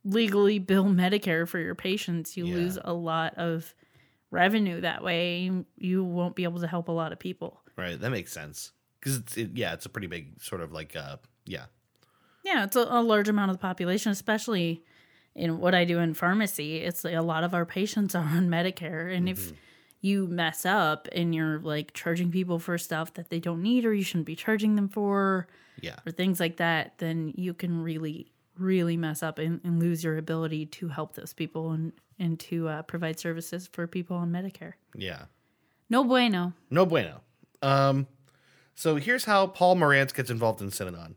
Speaker 2: legally bill Medicare for your patients. You
Speaker 1: Yeah.
Speaker 2: lose a lot of revenue that way. You won't be able to help a lot of people.
Speaker 1: right that makes sense because it's it, yeah it's a pretty big sort of like uh yeah
Speaker 2: Yeah, it's a, a large amount of the population, especially in what I do in pharmacy. It's like a lot of our patients are on Medicare, and if you mess up and you're like charging people for stuff that they don't need or you shouldn't be charging them for
Speaker 1: yeah
Speaker 2: or things like that, then you can really, really mess up and, and lose your ability to help those people and and to uh, provide services for people on Medicare.
Speaker 1: yeah
Speaker 2: No bueno.
Speaker 1: No bueno. Um, so here's how Paul Morantz gets involved in Synanon.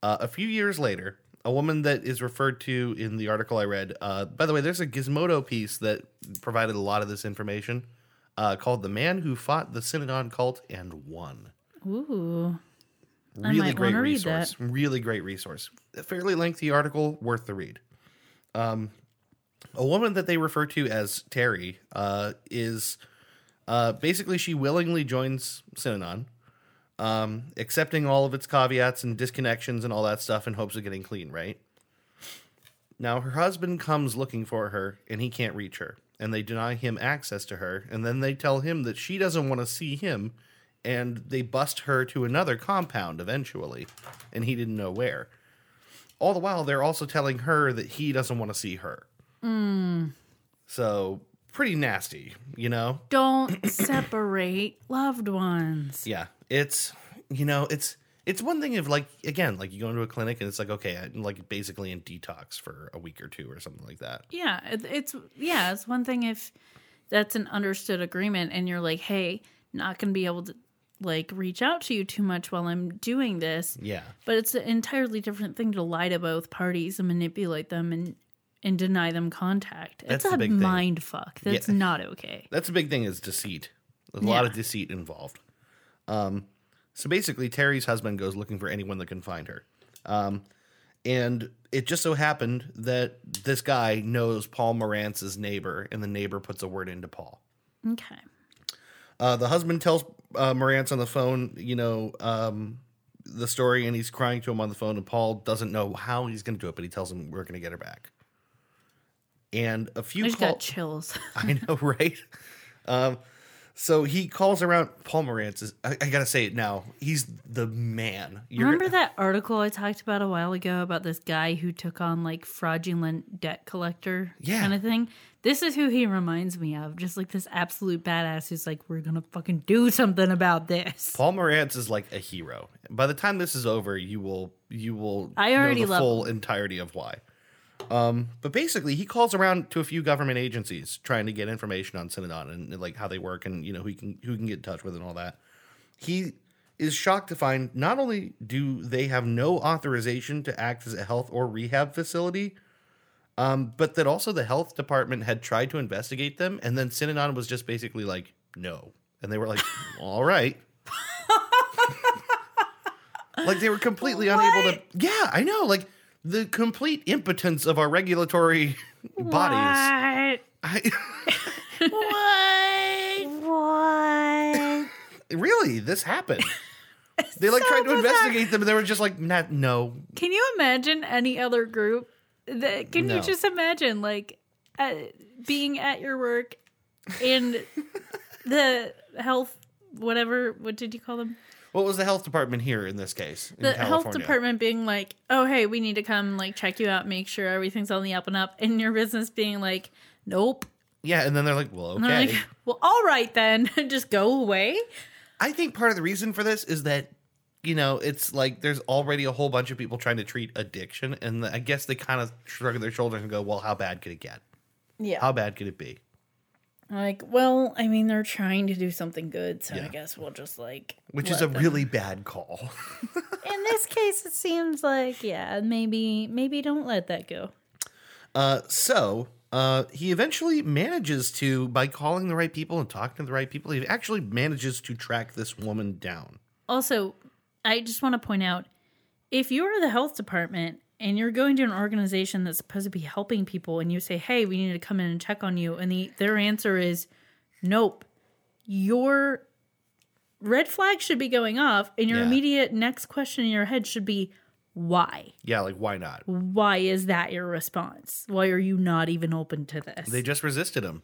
Speaker 1: Uh, a few years later, a woman that is referred to in the article I read, uh, by the way, there's a Gizmodo piece that provided a lot of this information uh, called The Man Who Fought the Synanon Cult and Won.
Speaker 2: Ooh, I
Speaker 1: Really
Speaker 2: might
Speaker 1: great
Speaker 2: wanna read
Speaker 1: resource. Really great resource. A fairly lengthy article, worth the read. Um, a woman that they refer to as Terry uh, is uh, basically she willingly joins Synanon, um, accepting all of its caveats and disconnections and all that stuff in hopes of getting clean, right? Now her husband comes looking for her and he can't reach her, and they deny him access to her, and then they tell him that she doesn't want to see him, and they bust her to another compound eventually, and he didn't know where. All the while, they're also telling her that he doesn't want to see her. So, pretty nasty, you know?
Speaker 2: don't separate loved ones.
Speaker 1: Yeah, it's you know, it's it's one thing if like again, like you go into a clinic and it's like okay, I'm like basically in detox for a week or two or something like that.
Speaker 2: Yeah, it- it's yeah, it's one thing if that's an understood agreement and you're like, "Hey, not going to be able to like reach out to you too much while I'm doing this."
Speaker 1: Yeah,
Speaker 2: But it's an entirely different thing to lie to both parties and manipulate them and and deny them contact.
Speaker 1: That's
Speaker 2: it's
Speaker 1: the
Speaker 2: a
Speaker 1: big thing.
Speaker 2: mind fuck. That's
Speaker 1: Yeah.
Speaker 2: not okay.
Speaker 1: that's a big thing is deceit. There's a lot of deceit involved. Um, so basically, Terry's husband goes looking for anyone that can find her. Um, and it just so happened that this guy knows Paul Morantz's neighbor, and the neighbor puts a word into Paul.
Speaker 2: Okay.
Speaker 1: Uh, the husband tells uh, Morantz on the phone, you know, um, the story, and he's crying to him on the phone, and Paul doesn't know how he's going to do it, but he tells him, "We're going to get her back." And a few
Speaker 2: I just
Speaker 1: call-
Speaker 2: got chills. [laughs]
Speaker 1: [laughs] I know, right? Um, so he calls around. Paul Morantz is. I, I gotta say it now. He's the man. You're,
Speaker 2: Remember that article I talked about a while ago about this guy who took on like fraudulent debt collector
Speaker 1: Yeah.
Speaker 2: kind of thing? This is who he reminds me of. Just like this absolute badass who's like, we're going to fucking do something about this.
Speaker 1: Paul Morantz is like a hero. By the time this is over, you will you will
Speaker 2: I already
Speaker 1: know the
Speaker 2: love
Speaker 1: full entirety of why. Um, but basically, he calls around to a few government agencies trying to get information on Synodon and, and, like how they work and you know who he can who he can get in touch with and all that. He is shocked to find not only do they have no authorization to act as a health or rehab facility, um, but that also the health department had tried to investigate them, and then Synodon was just basically like, no, and they were like, [laughs] all right. Like they were completely unable to. Yeah, I know. Like the complete impotence of our regulatory [laughs] bodies. I, [laughs]
Speaker 2: What?
Speaker 1: really, this
Speaker 2: [laughs]
Speaker 1: happened. They like
Speaker 2: So
Speaker 1: tried to
Speaker 2: bizarre.
Speaker 1: investigate them, and they were just like, nah, "No,
Speaker 2: Can you imagine any other group? That, can
Speaker 1: No.
Speaker 2: you just imagine like uh, being at your work
Speaker 1: [laughs]
Speaker 2: and the health whatever what did you call them
Speaker 1: what was the health department here in this case?" In
Speaker 2: the health department being like oh hey we need to come like check you out make sure everything's on the up and up and your business being like nope
Speaker 1: Yeah, and then they're like, "Well,
Speaker 2: and they're
Speaker 1: okay."
Speaker 2: like [laughs] well all right then [laughs] just go away
Speaker 1: I think part of the reason for this is that you know it's like there's already a whole bunch of people trying to treat addiction, and I guess they kind of shrug their shoulders and go, "Well, how bad could it get?
Speaker 2: yeah
Speaker 1: How bad could it be?"
Speaker 2: like well i mean they're trying to do something good so
Speaker 1: Yeah.
Speaker 2: i guess we'll just like
Speaker 1: Which
Speaker 2: let
Speaker 1: is a
Speaker 2: them-
Speaker 1: really bad call.
Speaker 2: in this case it seems like yeah maybe maybe don't let that go
Speaker 1: Uh, so uh, he eventually manages to, by calling the right people and talking to the right people, he actually manages to track this woman down.
Speaker 2: also i just want to point out if you're the health department and you're going to an organization that's supposed to be helping people and you say hey we need to come in and check on you and the, their answer is nope your red flag should be going off and your
Speaker 1: Yeah.
Speaker 2: immediate next question in your head should be why
Speaker 1: Yeah, like why not?
Speaker 2: why is that your response why are you not even open to this
Speaker 1: They just resisted him.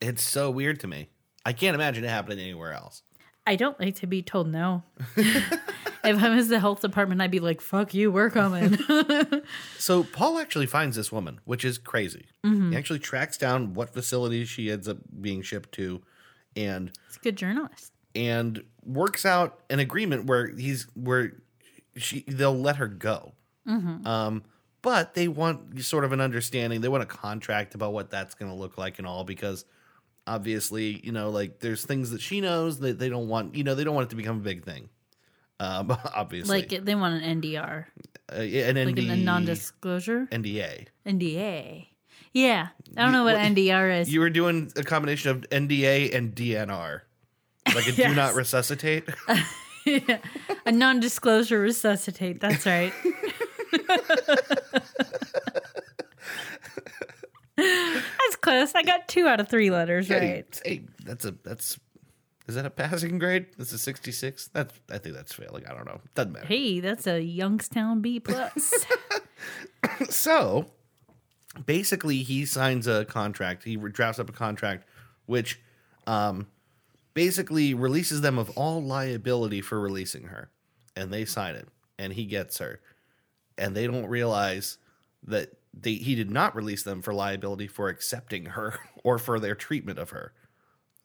Speaker 1: It's so weird to me. I can't imagine it happening anywhere else.
Speaker 2: I don't like to be told no. [laughs] if I was the health department, I'd be like, fuck you, we're coming. [laughs]
Speaker 1: So Paul actually finds this woman, which is crazy. He actually tracks down what facility she ends up being shipped to, and
Speaker 2: it's a good journalist.
Speaker 1: and works out an agreement where he's where she they'll let her go.
Speaker 2: Mm-hmm.
Speaker 1: Um, but they want sort of an understanding. They want a contract about what that's going to look like and all because obviously you know like there's things that she knows that they don't want you know they don't want it to become a big thing. Um, [laughs] obviously,
Speaker 2: Like, they want an NDR,
Speaker 1: uh, an
Speaker 2: like
Speaker 1: ND,
Speaker 2: an, a non disclosure
Speaker 1: NDA.
Speaker 2: NDA. Yeah. I don't know what NDR is.
Speaker 1: You were doing a combination of NDA and DNR, like a do not
Speaker 2: [laughs] Yes.
Speaker 1: resuscitate.
Speaker 2: a non disclosure resuscitate. That's [laughs] right. That's close. I got two out of three letters
Speaker 1: Hey,
Speaker 2: right.
Speaker 1: hey, that's a that's is that a passing grade? That's a sixty six. That's I think that's failing. I don't know. Doesn't matter.
Speaker 2: Hey, that's a Youngstown B plus.
Speaker 1: So basically, he signs a contract. He drafts up a contract, which um, basically releases them of all liability for releasing her, and they sign it, and he gets her, and they don't realize that they he did not release them for liability for accepting her [laughs] or for their treatment of her.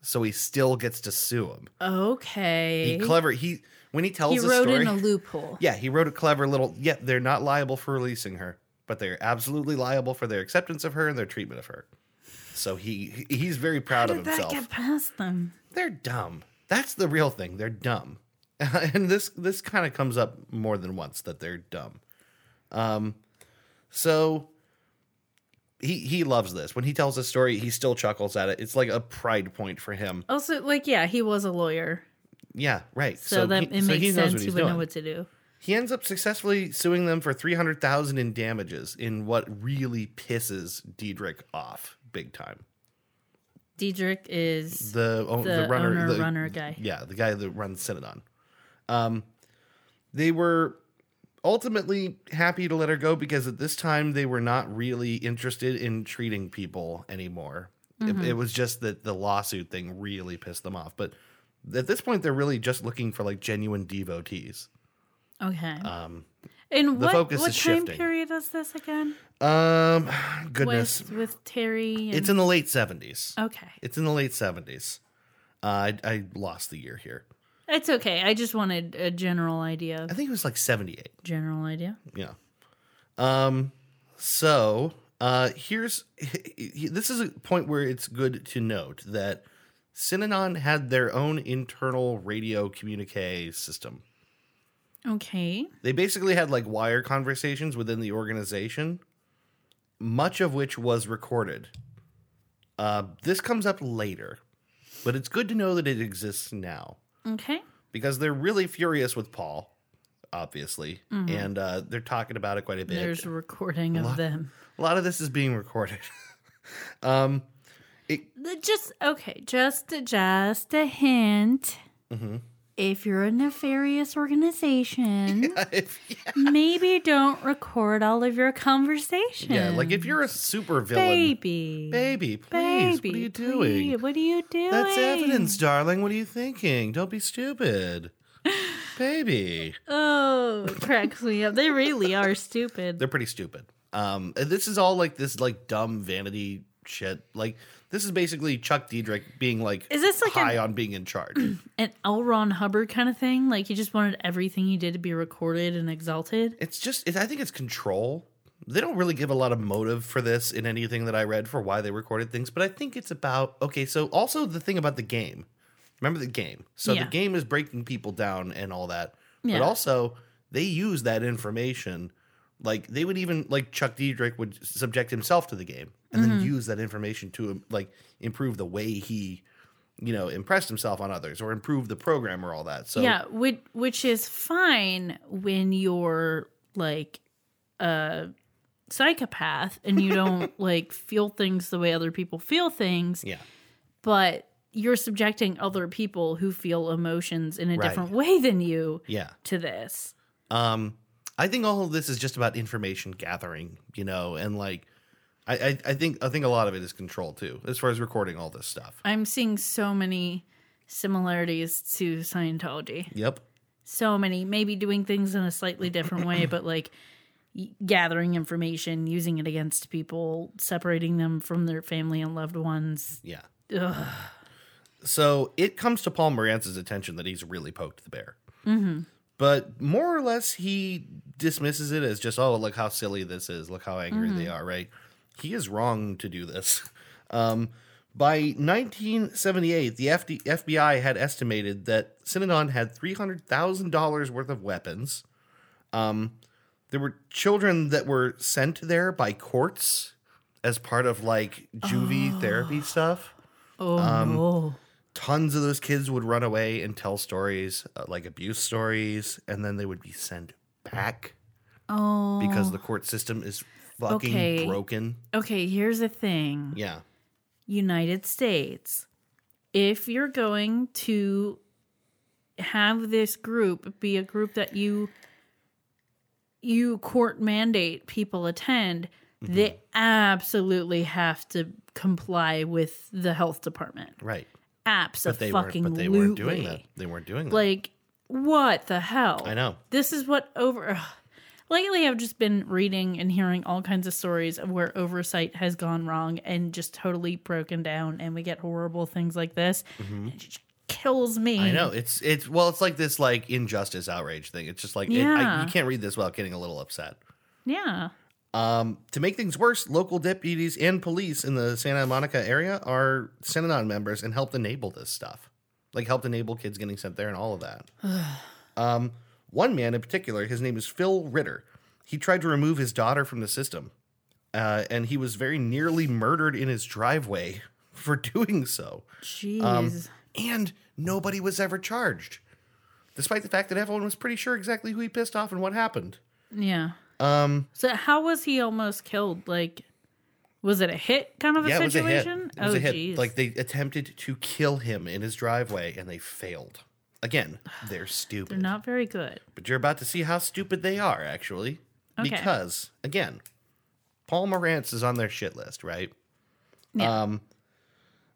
Speaker 1: So he still gets to sue him.
Speaker 2: [laughs] okay.
Speaker 1: He clever. He when he tells
Speaker 2: He
Speaker 1: the
Speaker 2: wrote
Speaker 1: story,
Speaker 2: in a loophole.
Speaker 1: yeah, he wrote a clever little. Yeah, they're not liable for releasing her, but they're absolutely liable for their acceptance of her and their treatment of her. So he he- he's very proud of
Speaker 2: Did that
Speaker 1: himself.
Speaker 2: get past them?
Speaker 1: They're dumb. That's the real thing. They're dumb, [laughs] and this this kind of comes up more than once that they're dumb. Um, so he he loves this. When he tells this story, he still chuckles at it. It's like a pride point for him.
Speaker 2: Also, like, yeah, he was a lawyer,
Speaker 1: Yeah, right.
Speaker 2: so, that
Speaker 1: he-
Speaker 2: it
Speaker 1: so
Speaker 2: makes
Speaker 1: he knows
Speaker 2: sense.
Speaker 1: what
Speaker 2: He
Speaker 1: he's
Speaker 2: would know
Speaker 1: doing.
Speaker 2: what to do.
Speaker 1: He ends up successfully suing them for 300,000 in damages in what really pisses Diedrich off big time.
Speaker 2: Diedrich is
Speaker 1: The oh,
Speaker 2: the,
Speaker 1: the, runner
Speaker 2: owner
Speaker 1: the,
Speaker 2: runner guy.
Speaker 1: Yeah, the guy that runs Synodon. Um they were ultimately happy to let her go because at this time they were not really interested in treating people anymore. It-
Speaker 2: Mm-hmm.
Speaker 1: It, was just that the lawsuit thing really pissed them off, but at this point they're really just looking for like genuine devotees.
Speaker 2: Okay.
Speaker 1: Um
Speaker 2: and
Speaker 1: the
Speaker 2: what,
Speaker 1: focus
Speaker 2: what
Speaker 1: is
Speaker 2: time
Speaker 1: shifting.
Speaker 2: period is this again?
Speaker 1: um [sighs] goodness.
Speaker 2: With, with Terry. And,
Speaker 1: It's in the late seventies.
Speaker 2: okay.
Speaker 1: It's in the late seventies. Uh, I, I lost the year here.
Speaker 2: It's okay. I just wanted a general idea.
Speaker 1: I think it was like seventy eight.
Speaker 2: General idea.
Speaker 1: Yeah. Um. So uh, here's this is a point where it's good to note that Synanon had their own internal radio communique system.
Speaker 2: Okay.
Speaker 1: They basically had like wire conversations within the organization, much of which was recorded. Uh, this comes up later, but it's good to know that it exists now
Speaker 2: Okay.
Speaker 1: because they're really furious with Paul, obviously, and uh, they're talking about it quite a bit.
Speaker 2: Mm-hmm. There's a recording of them.
Speaker 1: A lot of this is being recorded. [laughs]
Speaker 2: The- Just okay. Just just a hint.
Speaker 1: Mm-hmm.
Speaker 2: If you're a
Speaker 1: [laughs]
Speaker 2: nefarious organization,
Speaker 1: If-
Speaker 2: maybe don't record all of your conversations.
Speaker 1: yeah, like if you're a super villain,
Speaker 2: baby,
Speaker 1: baby,
Speaker 2: baby,
Speaker 1: please, what are you doing?
Speaker 2: please, What are you doing?
Speaker 1: That's evidence, darling. What are you thinking? Don't be
Speaker 2: [laughs]
Speaker 1: stupid. baby.
Speaker 2: Oh, it cracks me up. They really are stupid.
Speaker 1: They're pretty stupid. Um, and this is all like this like dumb vanity shit. Like this is basically Chuck Diedrich being like
Speaker 2: Is this like
Speaker 1: high
Speaker 2: an,
Speaker 1: on being in charge.
Speaker 2: an L. Ron Hubbard kind of thing? Like he just wanted everything he did to be recorded and exalted.
Speaker 1: it's just it, I think it's control. They don't really give a lot of motive for this in anything that I read for why they recorded things, but I think it's about okay. So also the thing about the game, remember the game. So
Speaker 2: Yeah.
Speaker 1: the game is breaking people down and all that,
Speaker 2: Yeah.
Speaker 1: but also they use that information. Like they would even like Chuck Diedrich would subject himself to the game and
Speaker 2: Mm-hmm.
Speaker 1: then use that information to um, like improve the way he, you know, impressed himself on others or improve the program or all that. So
Speaker 2: Yeah, which which is fine when you're like a psychopath and
Speaker 1: [laughs]
Speaker 2: you don't like feel things the way other people feel things,
Speaker 1: yeah,
Speaker 2: but you're subjecting other people who feel emotions in a
Speaker 1: Right.
Speaker 2: different way than you
Speaker 1: yeah.
Speaker 2: to this.
Speaker 1: Um, I think all of this is just about information gathering, you know, and like, I, I, I think I think a lot of it is control too, as far as recording all this stuff.
Speaker 2: I'm seeing so many similarities to Scientology.
Speaker 1: Yep.
Speaker 2: So many, maybe doing things in a slightly different way, [clears throat] but like y- gathering information, using it against people, separating them from their family and loved ones.
Speaker 1: Yeah.
Speaker 2: Ugh.
Speaker 1: So it comes to Paul Morantz's attention that he's really poked the bear. Mm-hmm. But more or less, he dismisses it as just, oh, look how silly this is. Look how angry they are, right? He is wrong to do this. [laughs] Um, by 1978, the FD- FBI had estimated that Synanon had $300,000 worth of weapons. Um, there were children that were sent there by courts as part of like juvie therapy stuff
Speaker 2: Oh, no.
Speaker 1: tons of those kids would run away and tell stories uh, like abuse stories and then they would be sent back
Speaker 2: Oh.
Speaker 1: because the court system is fucking
Speaker 2: Okay.
Speaker 1: broken
Speaker 2: Okay, here's the thing
Speaker 1: yeah
Speaker 2: United States. If you're going to have this group be a group that you you court mandate people attend, they absolutely have to comply with the health department.
Speaker 1: right but
Speaker 2: Absolutely.
Speaker 1: they weren't but they weren't doing that they weren't doing that
Speaker 2: Like, what the hell?
Speaker 1: i know
Speaker 2: this is what over ugh. lately i've just been reading and hearing all kinds of stories of where oversight has gone wrong and just totally broken down and we get horrible things like this it just kills me
Speaker 1: Mm-hmm. i know it's it's well it's like this like injustice outrage thing it's just like it, I,
Speaker 2: Yeah.
Speaker 1: you can't read this without getting a little upset
Speaker 2: yeah
Speaker 1: Um, to make things worse, local deputies and police in the Santa Monica area are Synanon members and helped enable this stuff. Like helped enable kids getting sent there and all of that. um, one man in particular, his name is Phil Ritter. He tried to remove his daughter from the system, uh, and he was very nearly murdered in his driveway [laughs] for doing so.
Speaker 2: jeez
Speaker 1: And nobody was ever charged, despite the fact that everyone was pretty sure exactly who he pissed off and what happened.
Speaker 2: yeah
Speaker 1: Um,
Speaker 2: so how was he almost killed like was it a hit kind of a
Speaker 1: yeah,
Speaker 2: situation
Speaker 1: It was a hit. It was
Speaker 2: oh
Speaker 1: a hit.
Speaker 2: jeez
Speaker 1: Like they attempted to kill him in his driveway and they failed.
Speaker 2: [sighs]
Speaker 1: Again, they're stupid.
Speaker 2: they're not very good
Speaker 1: But you're about to see how stupid they are, actually.
Speaker 2: Okay.
Speaker 1: Because, again, Paul Morantz is on their shit list, right?
Speaker 2: Yeah.
Speaker 1: Um,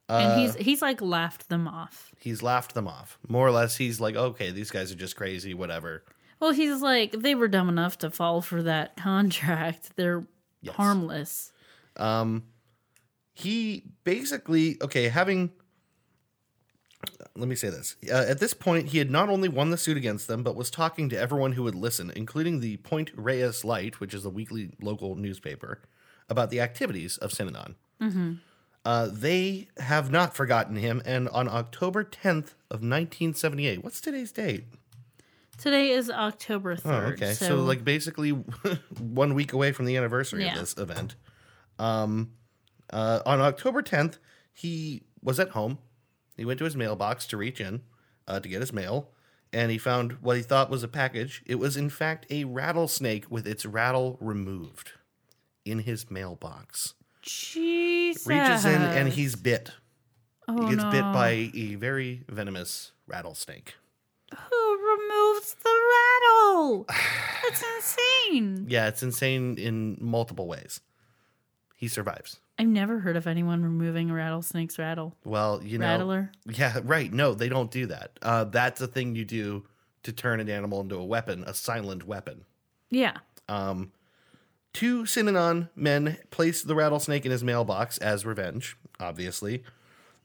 Speaker 1: uh,
Speaker 2: and he's he's like laughed them off
Speaker 1: he's laughed them off. More or less, he's like, okay, these guys are just crazy, whatever.
Speaker 2: Well, he's like, they were dumb enough to fall for that contract. They're
Speaker 1: Yes.
Speaker 2: harmless.
Speaker 1: he basically okay having let me say this. Uh, at this point, he had not only won the suit against them, but was talking to everyone who would listen, including the Point Reyes Light, which is a weekly local newspaper, about the activities of Synanon. Uh, they have not forgotten him, and on October 10th of 1978, what's today's date?
Speaker 2: Today is October 3rd.
Speaker 1: Oh, okay. So, like basically [laughs] one week away from the anniversary
Speaker 2: Yeah.
Speaker 1: of this event. Um, uh, on October 10th, he was at home. He went to his mailbox to reach in uh, to get his mail, and he found what he thought was a package. It was, in fact, a rattlesnake with its rattle removed in his mailbox.
Speaker 2: Jesus.
Speaker 1: Reaches in, and he's bit.
Speaker 2: oh,
Speaker 1: he gets
Speaker 2: no.
Speaker 1: bit by a very venomous rattlesnake.
Speaker 2: Who removes the rattle?
Speaker 1: [sighs]
Speaker 2: That's insane.
Speaker 1: Yeah, it's insane in multiple ways. He survives.
Speaker 2: I've never heard of anyone removing a rattlesnake's rattle.
Speaker 1: Well, you know,
Speaker 2: Rattler.
Speaker 1: yeah, right. No, they don't do that. Uh, that's a thing you do to turn an animal into a weapon, a silent weapon.
Speaker 2: Yeah.
Speaker 1: Um, two Synanon men placed the rattlesnake in his mailbox as revenge, obviously.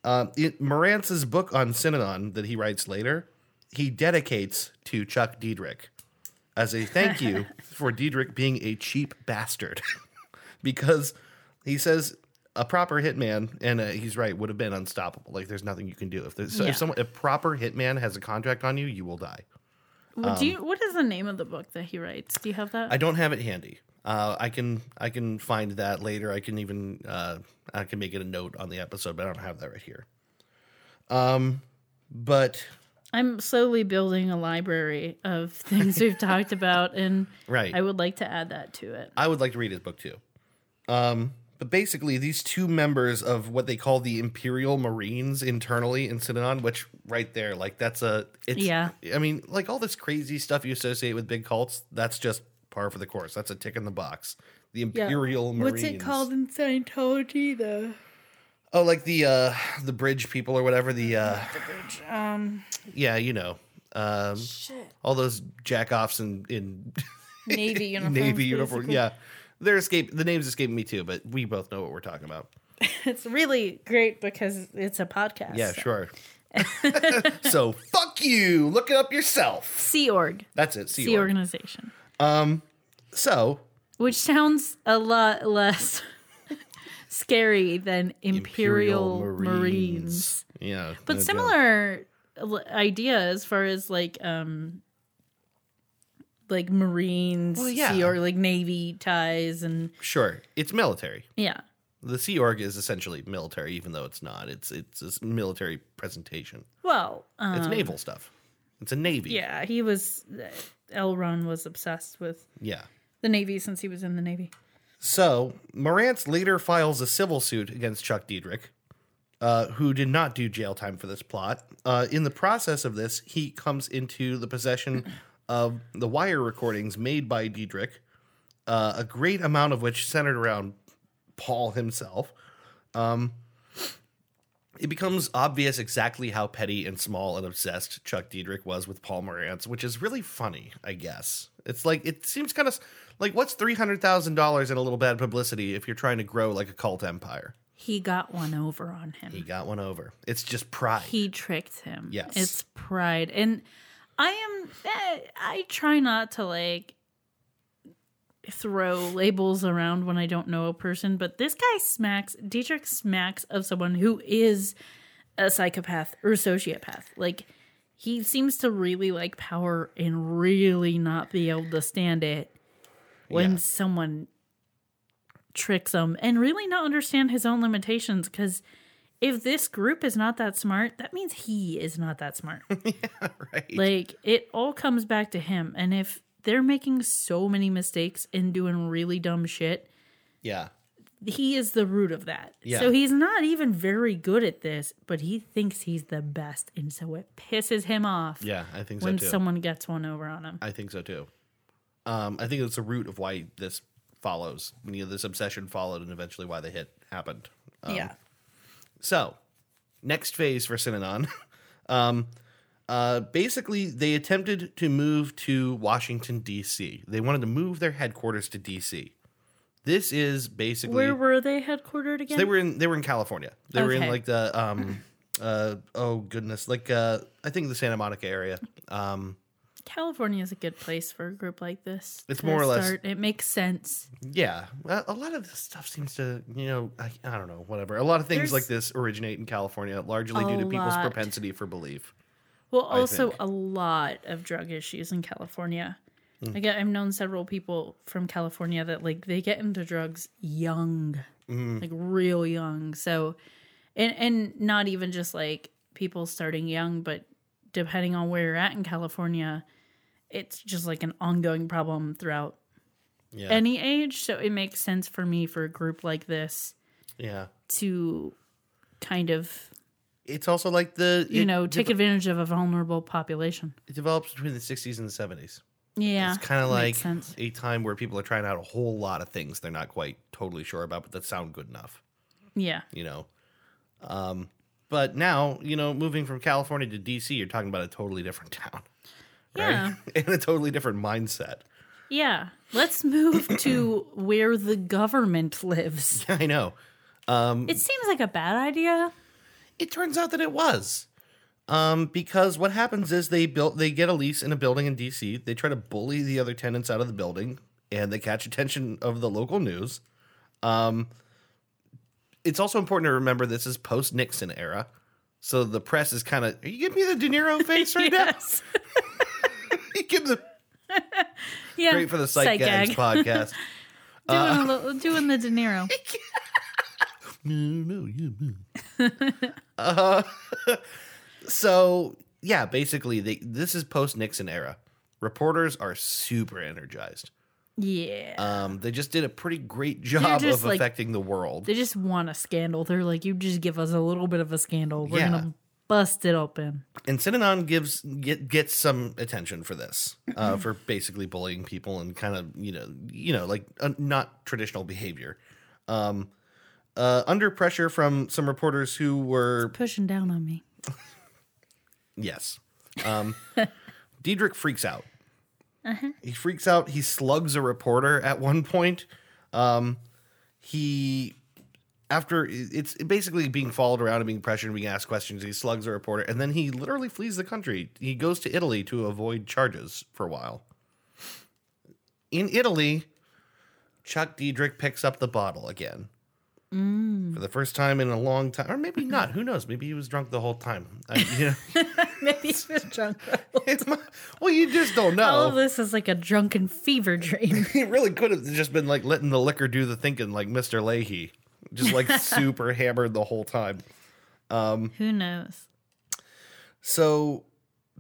Speaker 1: Um, in Morantz's book on Synanon that he writes later, he dedicates to Chuck Diedrich as a thank you for Diedrich being a cheap bastard. [laughs] because he says a proper hitman, and uh, he's right, would have been unstoppable. Like, there's nothing you can do. If, there's, so
Speaker 2: Yeah.
Speaker 1: if someone, a proper hitman has a contract on you, you will die.
Speaker 2: Well, do you, what is the name of the book that he writes? Do you have that?
Speaker 1: Um, I don't have it handy. Uh, I can I can find that later. I can even uh, I can make it a note on the episode, but I don't have that right here. Um, but
Speaker 2: I'm slowly building a library of things we've talked about, and
Speaker 1: [laughs] Right.
Speaker 2: I would like to add that to it.
Speaker 1: I would like to read his book too. Um, but basically, these two members of what they call the Imperial Marines internally in Synanon, which right there, like that's a it's,
Speaker 2: Yeah.
Speaker 1: I mean, like all this crazy stuff you associate with big cults, that's just par for the course. That's a tick in the box. The Imperial Marines.
Speaker 2: What's it called in Scientology? The
Speaker 1: Oh, like the uh the bridge people or whatever. The uh yeah, you know, um, all those jackoffs in in
Speaker 2: [laughs] Navy uniform.
Speaker 1: navy uniform. Yeah, they're escape. The name's escaping me too, but we both know what we're talking about.
Speaker 2: It's really great because it's a podcast.
Speaker 1: Yeah, sure. so fuck you. Look it up yourself.
Speaker 2: Sea org,
Speaker 1: That's it. See
Speaker 2: sea
Speaker 1: you.
Speaker 2: organization,
Speaker 1: So
Speaker 2: which sounds a lot less [laughs] scary than Imperial, Marines.
Speaker 1: Yeah,
Speaker 2: but
Speaker 1: no joke.
Speaker 2: similar l- idea as far as like um like marines
Speaker 1: Well, yeah.
Speaker 2: sea or like navy ties and
Speaker 1: Sure, it's military.
Speaker 2: yeah
Speaker 1: The Sea Org is essentially military, even though it's not. It's it's a military presentation.
Speaker 2: well um,
Speaker 1: It's naval stuff. It's a navy.
Speaker 2: yeah he was elron was obsessed with
Speaker 1: Yeah.
Speaker 2: the navy since he was in the navy
Speaker 1: So Morantz later files a civil suit against Chuck Diedrich, uh, who did not do jail time for this plot. Uh, in the process of this, he comes into the possession [clears throat] of the wire recordings made by Diedrich, uh, a great amount of which centered around Paul himself. Um, it becomes obvious exactly how petty and small and obsessed Chuck Diedrich was with Paul Morantz, which is really funny, I guess. It's like it seems kind of like what's three hundred thousand dollars in a little bad publicity if you're trying to grow like a cult empire.
Speaker 2: he got one over on him
Speaker 1: He got one over. It's just pride.
Speaker 2: he tricked him.
Speaker 1: Yes.
Speaker 2: It's pride. And I am, eh, I try not to like throw labels around when I don't know a person, but this guy smacks, Dietrich smacks of someone who is a psychopath or sociopath. Like, he seems to really like power and really not be able to stand it when
Speaker 1: Yeah.
Speaker 2: someone tricks him and really not understand his own limitations because if this group is not that smart, that means he is not
Speaker 1: [laughs]
Speaker 2: that smart.
Speaker 1: right.
Speaker 2: like it all comes back to him. And if they're making so many mistakes and doing really dumb shit,
Speaker 1: yeah.
Speaker 2: he is the root of that.
Speaker 1: Yeah.
Speaker 2: So he's not even very good at this, but he thinks he's the best. And so it pisses him off
Speaker 1: Yeah. I think so
Speaker 2: when
Speaker 1: too.
Speaker 2: someone gets one over on him.
Speaker 1: I think so too. Um, I think it's the root of why this follows. You know, this obsession followed, and eventually why the hit happened.
Speaker 2: yeah.
Speaker 1: So, next phase for Synanon. [laughs] um, uh, basically, they attempted to move to Washington, D.C. They wanted to move their headquarters to D.C. This is basically
Speaker 2: Where were they headquartered again?
Speaker 1: they were in they were in California. They were in
Speaker 2: Okay.
Speaker 1: like the um uh oh goodness like uh i think the santa monica area um
Speaker 2: California is a good place for a group like this.
Speaker 1: It's
Speaker 2: to
Speaker 1: more or less-
Speaker 2: It makes sense.
Speaker 1: yeah a a lot of this stuff seems to you know i, I don't know whatever a lot of things
Speaker 2: There's-
Speaker 1: like this originate in california largely
Speaker 2: A
Speaker 1: due to people's
Speaker 2: lot.
Speaker 1: propensity for belief
Speaker 2: Well, also
Speaker 1: think.
Speaker 2: a lot of drug issues in California. Like I- I've known several people from California that like they get into drugs young,
Speaker 1: Mm-hmm.
Speaker 2: like real young. So, and and not even just like people starting young, but depending on where you're at in California, it's just like an ongoing problem throughout
Speaker 1: yeah
Speaker 2: any age. So it makes sense for me for a group like this
Speaker 1: yeah
Speaker 2: to kind of
Speaker 1: it's also like the
Speaker 2: you
Speaker 1: it
Speaker 2: know
Speaker 1: de-
Speaker 2: take advantage of a vulnerable population.
Speaker 1: it develops between the 60s and the 70s
Speaker 2: Yeah,
Speaker 1: it's kind of like
Speaker 2: Ah, makes sense.
Speaker 1: a time where people are trying out a whole lot of things they're not quite totally sure about but that sound good enough
Speaker 2: yeah.
Speaker 1: you know um but now you know moving from california to dc you're talking about a totally different [laughs] town right
Speaker 2: Yeah.
Speaker 1: [laughs] and a totally different mindset [laughs]
Speaker 2: Yeah.
Speaker 1: [coughs]
Speaker 2: Let's move to where the government lives.
Speaker 1: i know
Speaker 2: It seems like a bad idea.
Speaker 1: it turns out that it was um, because what happens is they built they get a lease in a building in DC. They try to bully the other tenants out of the building, and they catch attention of the local news. Um, it's also important to remember this is post Nixon era, so the press is kind of are you giving me the De Niro face right
Speaker 2: Yes.
Speaker 1: now? [laughs] Give the
Speaker 2: Yeah.
Speaker 1: great for the psych, gags Uh. podcast.
Speaker 2: Doing, a little, doing the De Niro.
Speaker 1: [laughs] no, no, yeah, no. Uh, [laughs] so yeah, basically, they, this is post Nixon era. Reporters are super energized.
Speaker 2: Yeah.
Speaker 1: Um, they just did a pretty great job
Speaker 2: just,
Speaker 1: of
Speaker 2: like-
Speaker 1: affecting the world.
Speaker 2: they just want a scandal. They're like, you just give us a little bit of a scandal. We're
Speaker 1: Yeah.
Speaker 2: going to bust it open.
Speaker 1: And Synanon gives get, gets some attention for this, uh, [clears throat] for basically bullying people and kind of you know you know like uh, not traditional behavior. Um, uh, under pressure from some reporters who were
Speaker 2: Pushing down on me.
Speaker 1: Yes.
Speaker 2: [laughs]
Speaker 1: Um, Diedrich freaks out. He freaks out. He slugs a reporter at one point. Um, he, after it's basically being followed around and being pressured and being asked questions, he slugs a reporter and then he literally flees the country. He goes to Italy to avoid charges for a while. In Italy, Chuck Diedrich picks up the bottle again
Speaker 2: Mm.
Speaker 1: for the first time in a long time, or maybe not. Who knows? Maybe he was drunk the whole time. I, you know.
Speaker 2: [laughs] Maybe he's just drunk.
Speaker 1: [laughs] It's my, well, you just don't know.
Speaker 2: All of this is like a drunken
Speaker 1: [laughs]
Speaker 2: fever dream.
Speaker 1: he really could have just been like letting the liquor do the thinking, like Mr. Leahy, just like super hammered the whole time.
Speaker 2: Who knows?
Speaker 1: So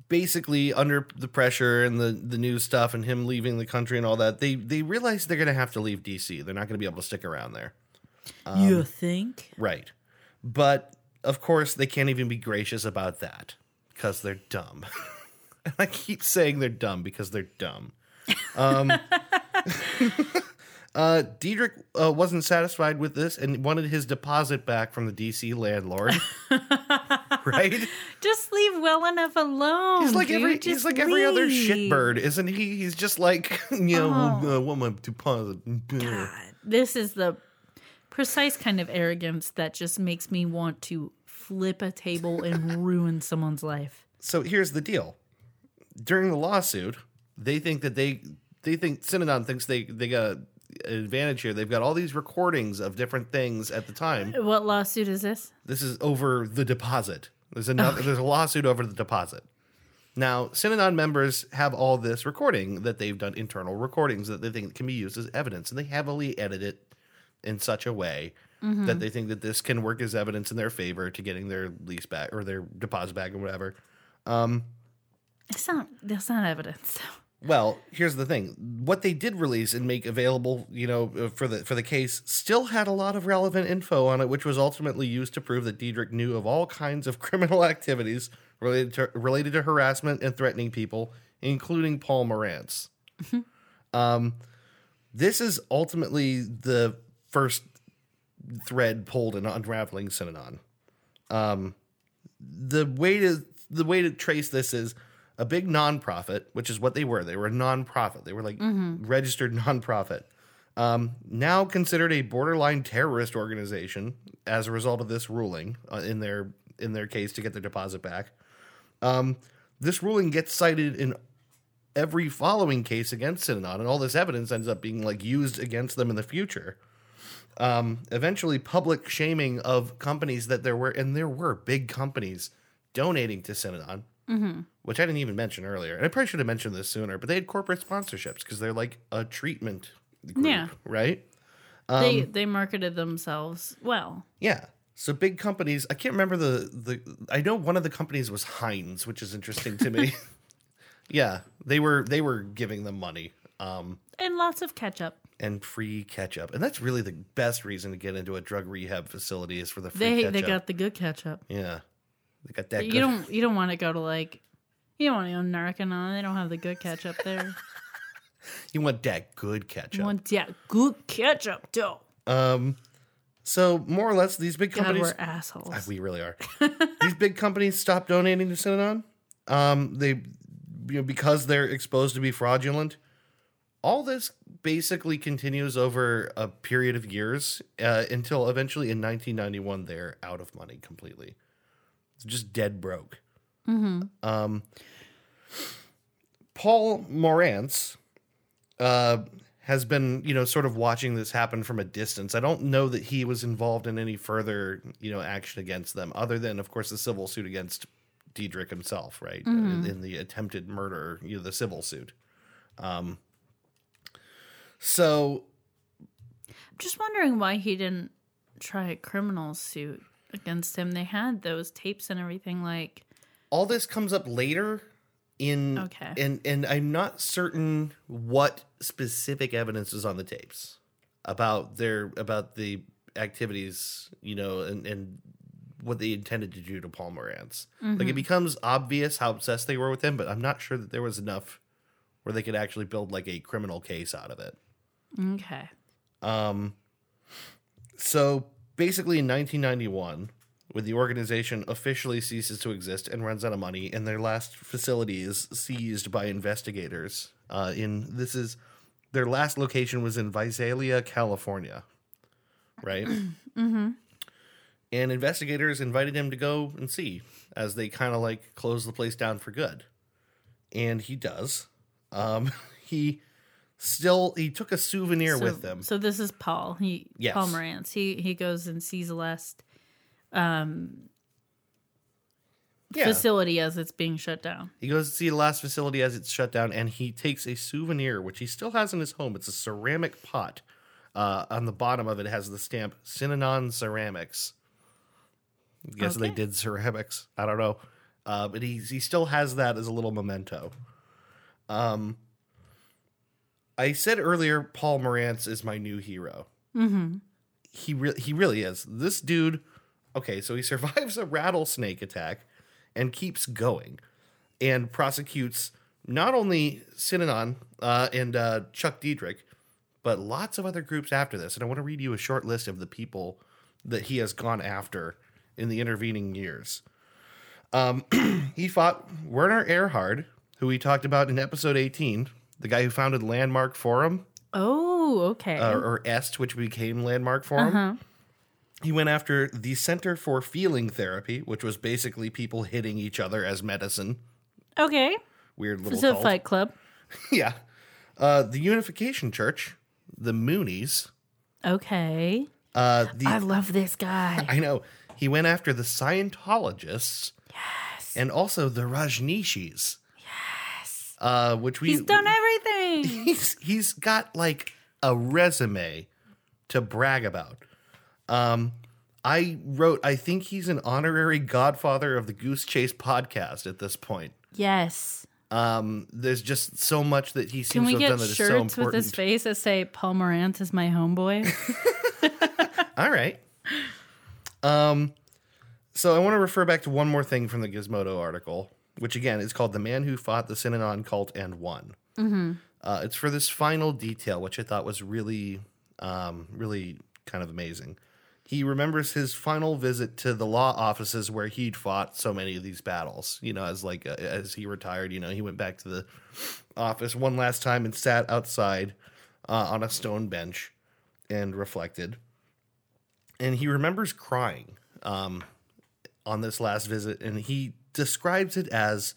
Speaker 1: basically, under the pressure and the the new stuff and him leaving the country and all that, they they realize they're gonna have to leave DC. They're not gonna be able to stick around there, Um,
Speaker 2: you think?
Speaker 1: right? But of course, they can't even be gracious about that because they're dumb. [laughs] and I keep saying they're dumb because they're dumb. Um, [laughs] Uh, Diedrich uh, wasn't satisfied with this and wanted his deposit back from the DC landlord. [laughs] right?
Speaker 2: Just leave well enough alone.
Speaker 1: He's like
Speaker 2: Oh, dude.
Speaker 1: every
Speaker 2: Just
Speaker 1: he's like every other
Speaker 2: leave. Uh-huh.
Speaker 1: shitbird, isn't he? He's just like, [laughs] you know, I want my deposit.
Speaker 2: this is the precise kind of arrogance that just makes me want to flip a
Speaker 1: [laughs]
Speaker 2: table and ruin someone's life.
Speaker 1: So here's the deal. During the lawsuit, they think that they they think Synodon thinks they they got an advantage here. They've got all these recordings of different things at the time.
Speaker 2: What lawsuit is this?
Speaker 1: This is over the deposit. There's another. There's a lawsuit over the deposit. Now, Synanon members have all this recording that they've done internal recordings that they think can be used as evidence, and they heavily edit it in such a way that they think that this can work as evidence in their favor to getting their lease back or their deposit back or whatever.
Speaker 2: It's not. That's not evidence.
Speaker 1: Well, here's the thing: what they did release and make available, you know, uh, for the for the case, still had a lot of relevant info on it, which was ultimately used to prove that Diedrich knew of all kinds of [laughs] criminal activities related to related to harassment and threatening people, including Paul Morantz. Um, this is ultimately the first thread pulled in unraveling Synanon the way to the way to trace this is a big nonprofit, which is what they were. They were a nonprofit. They were like registered [laughs] nonprofit. Um, now considered a borderline terrorist organization as a result of this ruling uh, in their in their case to get their deposit back. Um, this ruling gets cited in every following case against Synanon, and all this evidence ends up being like used against them in the future. Um, eventually, public shaming of companies that there were, and there were big companies donating to Synanon,
Speaker 2: Mm-hmm.
Speaker 1: which I didn't even mention earlier. And I probably should have mentioned this sooner, but they had corporate sponsorships because they're like a treatment group,
Speaker 2: Yeah.
Speaker 1: right?
Speaker 2: they
Speaker 1: Um,
Speaker 2: they marketed themselves well.
Speaker 1: Yeah. So big companies, I can't remember the the I know one of the companies was Heinz, which is interesting to
Speaker 2: [laughs]
Speaker 1: me. yeah, they were they were giving them money um
Speaker 2: And lots of ketchup.
Speaker 1: and free ketchup. And that's really the best reason to get into a drug rehab facility is for the free
Speaker 2: They
Speaker 1: ketchup.
Speaker 2: they got the good ketchup.
Speaker 1: yeah. They got that
Speaker 2: You
Speaker 1: good-
Speaker 2: don't you don't want to go to like you don't want to go to Narcanon. They don't have the good ketchup there.
Speaker 1: you want that good ketchup.
Speaker 2: You want yeah, good ketchup though.
Speaker 1: um so more or less these big
Speaker 2: God,
Speaker 1: companies
Speaker 2: we're assholes.
Speaker 1: Ah, We really
Speaker 2: [laughs]
Speaker 1: are. These big companies stop donating to Synanon. Um, they, you know, because they're exposed to be fraudulent. All this basically continues over a period of years uh, until eventually in 1991 they're out of money completely. It's just dead broke.
Speaker 2: Mm-hmm.
Speaker 1: Um, Paul Morantz uh, has been, you know, sort of watching this happen from a distance. I don't know that he was involved in any further, you know, action against them, other than, of course, the civil suit against Diedrich himself, right? In, in the attempted murder, you know, the civil suit. Um, so
Speaker 2: Just wondering why he didn't try a criminal suit against him. They had those tapes and everything. Like
Speaker 1: all this comes up later in
Speaker 2: Okay.
Speaker 1: and and I'm not certain what specific evidence is on the tapes about their about the activities, you know, and and what they intended to do to Paul Morantz. Like
Speaker 2: Mm-hmm.
Speaker 1: it becomes obvious how obsessed they were with him, but I'm not sure that there was enough where they could actually build like a criminal case out of it.
Speaker 2: Mm-hmm. okay,
Speaker 1: Um, so basically, in 1991, when the organization officially ceases to exist and runs out of money, and their last facility is seized by investigators. Uh, in this is their last location was in Visalia, California, right?
Speaker 2: mm-hmm.
Speaker 1: and investigators invited him to go and see as they kind of like close the place down for good and he does um [laughs] he still he took a souvenir
Speaker 2: so,
Speaker 1: with them
Speaker 2: So this is Paul. He
Speaker 1: Yes.
Speaker 2: Paul Morantz. He he goes and sees the last um
Speaker 1: yeah
Speaker 2: facility as it's being shut down.
Speaker 1: he goes to see the last facility as it's shut down and he takes a souvenir which he still has in his home it's a ceramic pot uh on the bottom of it has the stamp Synanon ceramics I guess they
Speaker 2: Okay.
Speaker 1: did ceramics i don't know uh but he he still has that as a little memento Um, I said earlier, Paul Morantz is my new hero.
Speaker 2: Mm-hmm.
Speaker 1: He re- he really is. This dude, okay, so he [laughs] survives a rattlesnake attack and keeps going, and prosecutes not only Synanon uh, and uh, Chuck Diedrich, but lots of other groups after this. And I want to read you a short list of the people that he has gone after in the intervening years. Um, [clears throat] He fought Werner Erhard, who we talked about in episode 18, the guy who founded Landmark Forum,
Speaker 2: Oh, okay.
Speaker 1: uh, or EST, which became Landmark Forum. He went after the Center for Feeling Therapy, which was basically people hitting each other as medicine.
Speaker 2: okay.
Speaker 1: Weird little
Speaker 2: So
Speaker 1: cult.
Speaker 2: Fight Club.
Speaker 1: yeah. Uh, the Unification Church, the Moonies.
Speaker 2: Okay.
Speaker 1: Uh, the
Speaker 2: I love this guy.
Speaker 1: [laughs] I know. He went after the Scientologists. Yes. And also the Rajneeshis. Yes. Uh, which we
Speaker 2: He's done everything.
Speaker 1: [laughs] he's he's got like a resume to brag about. Um, I wrote. I think he's an honorary godfather of the Goose Chase podcast at this point.
Speaker 2: yes.
Speaker 1: Um, there's just so much that he seems
Speaker 2: Can we
Speaker 1: to have
Speaker 2: get
Speaker 1: done that is so
Speaker 2: shirts with his
Speaker 1: important.
Speaker 2: face that say Paul Morant is my
Speaker 1: [laughs]
Speaker 2: homeboy?
Speaker 1: All right. Um, so I want to refer back to one more thing from the Gizmodo article, which again is called "The Man Who Fought the Synanon Cult and Won." Uh, it's for this final detail, which I thought was really, um, really kind of amazing. He remembers his final visit to the law offices where he'd fought so many of these battles. You know, as like uh, as he retired, you know, he went back to the office one last time and sat outside uh, on a stone bench and reflected and he remembers crying um, on this last visit, and he describes it as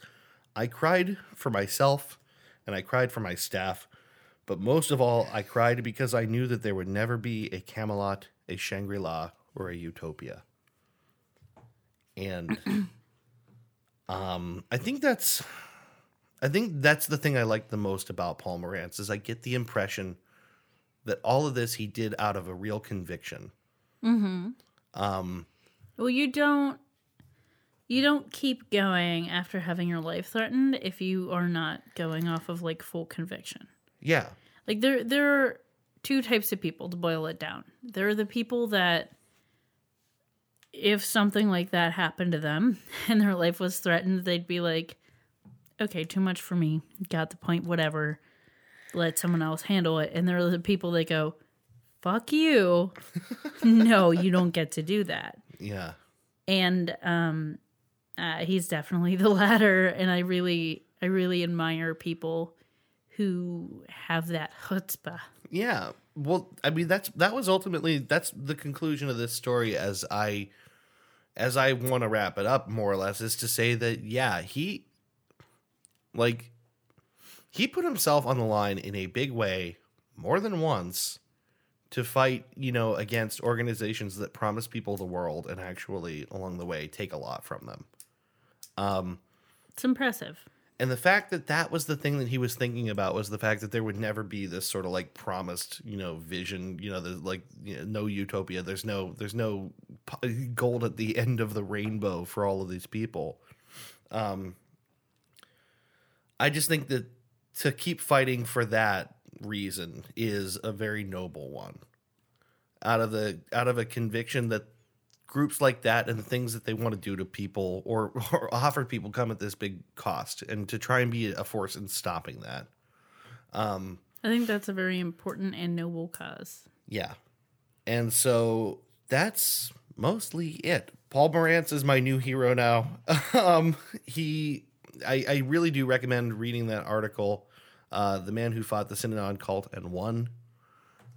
Speaker 1: I cried for myself and I cried for my staff, but most of all, I cried because I knew that there would never be a Camelot, a Shangri La, or a Utopia. And [clears throat] um, I think that's. I think that's the thing I like the most about Paul Morantz is I get the impression that all of this he did out of a real conviction.
Speaker 2: Well, you don't you don't keep going after having your life threatened if you are not going off of like full conviction.
Speaker 1: Yeah.
Speaker 2: Like there there are two types of people to boil it down. There are the people that if something like that happened to them [laughs] and their life was threatened, they'd be like, Okay, too much for me. Got the point, whatever. Let someone else handle it. And there are the people that go, Fuck you. [laughs] no, you don't get to do that
Speaker 1: Yeah.
Speaker 2: and um uh, he's definitely the [laughs] latter and i really i really admire people who have that chutzpah
Speaker 1: Yeah. Well, I mean that's that was ultimately that's the conclusion of this story as I as I want to wrap it up more or less is to say that yeah, he like he put himself on the line in a big way more than once to fight, you know, against organizations that promise people the world and actually along the way take a lot from them.
Speaker 2: it's impressive
Speaker 1: And the fact that that was the thing that he was thinking about was the fact that there would never be this sort of like promised, you know, vision, you know, there's like you know, no utopia. There's no there's no p- gold at the end of the rainbow for all of these people. Um, I just think that to keep fighting for that reason is a very noble one. Out of the out of a conviction that groups like that and the things that they want to do to people or, [laughs] or offer people come at this big cost and to try and be a force in stopping that.
Speaker 2: i think that's a very important and noble cause
Speaker 1: Yeah. And so that's mostly it. Paul Morantz is my new hero now. [laughs] um, he, I, I really do recommend reading that article, uh, The Man Who Fought the Synanon Cult and Won.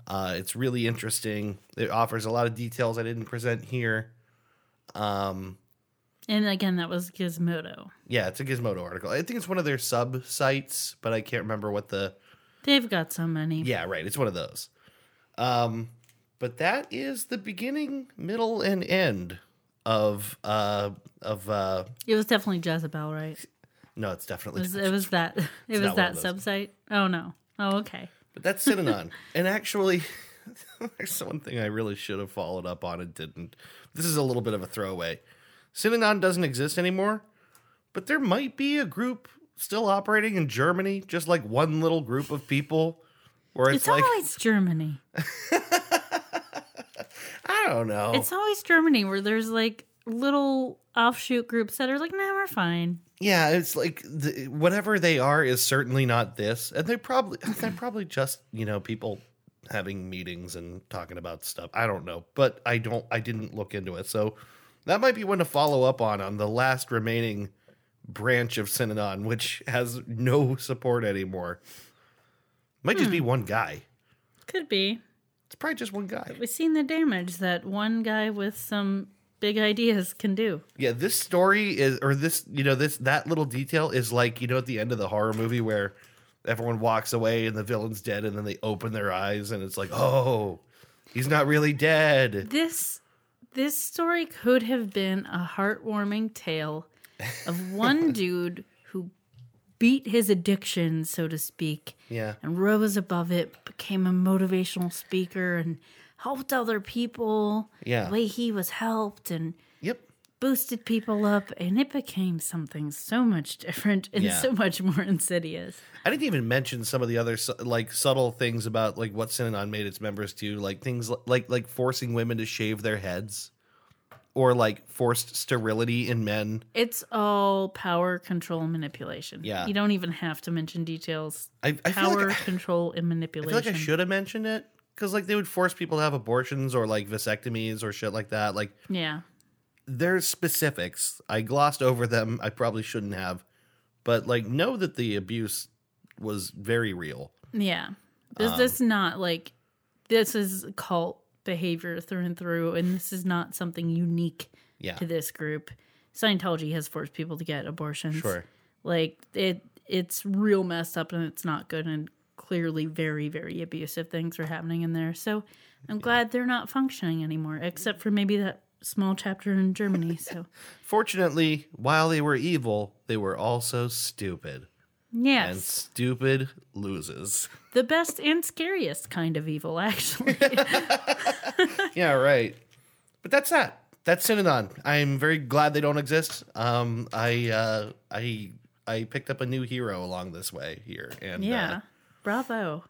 Speaker 1: Uh, it's really interesting. It offers a lot of details I didn't present here. Um,
Speaker 2: and again that was gizmodo
Speaker 1: Yeah, it's a Gizmodo article. I think it's one of their sub sites, but I can't remember what the.
Speaker 2: they've got so many
Speaker 1: Yeah, right. It's one of those. Um, but that is the beginning, middle, and end of uh of uh.
Speaker 2: it was definitely jezebel right
Speaker 1: No, it's definitely.
Speaker 2: it was, it was that [laughs] it was
Speaker 1: not one
Speaker 2: that
Speaker 1: of those.
Speaker 2: subsite oh no oh okay
Speaker 1: But that's Synanon. and actually, [laughs] there's one thing I really should have followed up on and didn't. This is a little bit of a throwaway. Synanon doesn't exist anymore, but there might be a group still operating in Germany, just like one little group of people. Where it's,
Speaker 2: it's
Speaker 1: like
Speaker 2: always germany
Speaker 1: I don't know.
Speaker 2: it's always germany where there's like little offshoot groups that are like nah we're fine
Speaker 1: yeah, it's like the, whatever they are is certainly not this, and they probably they're probably just you know people having meetings and talking about stuff. I don't know, but I don't I didn't look into it, so that might be one to follow up on on the last remaining branch of Synanon, which has no support anymore. Might just be one guy.
Speaker 2: could be
Speaker 1: It's probably just one guy.
Speaker 2: We've seen the damage that one guy with some big ideas can do.
Speaker 1: Yeah, this story is, or this, you know, this that little detail is like, you know, at the end of the horror movie where everyone walks away and the villain's dead, and then they open their eyes and it's like, oh, he's not really dead.
Speaker 2: This this story could have been a heartwarming tale
Speaker 1: [laughs]
Speaker 2: of one dude who beat his addiction, so to speak,
Speaker 1: Yeah,
Speaker 2: and rose above it, became a motivational speaker and helped other people.
Speaker 1: Yeah.
Speaker 2: The way he was helped and
Speaker 1: yep,
Speaker 2: boosted people up and it became something so much different and
Speaker 1: Yeah.
Speaker 2: so much more insidious.
Speaker 1: I didn't even mention some of the other su- like subtle things about like what Synanon made its members do, like things li- like like forcing women to shave their heads, or like forced sterility in men.
Speaker 2: It's all power, control, and manipulation.
Speaker 1: Yeah.
Speaker 2: You don't even have to mention details.
Speaker 1: I, I feel
Speaker 2: power,
Speaker 1: like
Speaker 2: [laughs] control, and
Speaker 1: I
Speaker 2: manipulation.
Speaker 1: feel like I should have mentioned it because like they would force people to have abortions or like vasectomies or shit like that. Like
Speaker 2: Yeah.
Speaker 1: there's specifics. I glossed over them. I probably shouldn't have, but like know that the abuse was very real.
Speaker 2: Yeah. This,
Speaker 1: Um,
Speaker 2: this is not like, this is cult behavior through and through, and this is not something unique
Speaker 1: Yeah.
Speaker 2: to this group. Scientology has forced people to get abortions.
Speaker 1: Sure.
Speaker 2: Like it it's real messed up and it's not good and clearly very very abusive things are happening in there. So I'm glad they're not functioning anymore except for maybe that small chapter in Germany. So
Speaker 1: Fortunately, while they were evil, they were also stupid.
Speaker 2: yes.
Speaker 1: And stupid loses.
Speaker 2: the best and scariest kind of evil actually.
Speaker 1: Yeah, right. But that's that. That's Synodon. I'm very glad they don't exist. Um, I uh, I I picked up a new hero along this way here, and uh,
Speaker 2: yeah. Bravo.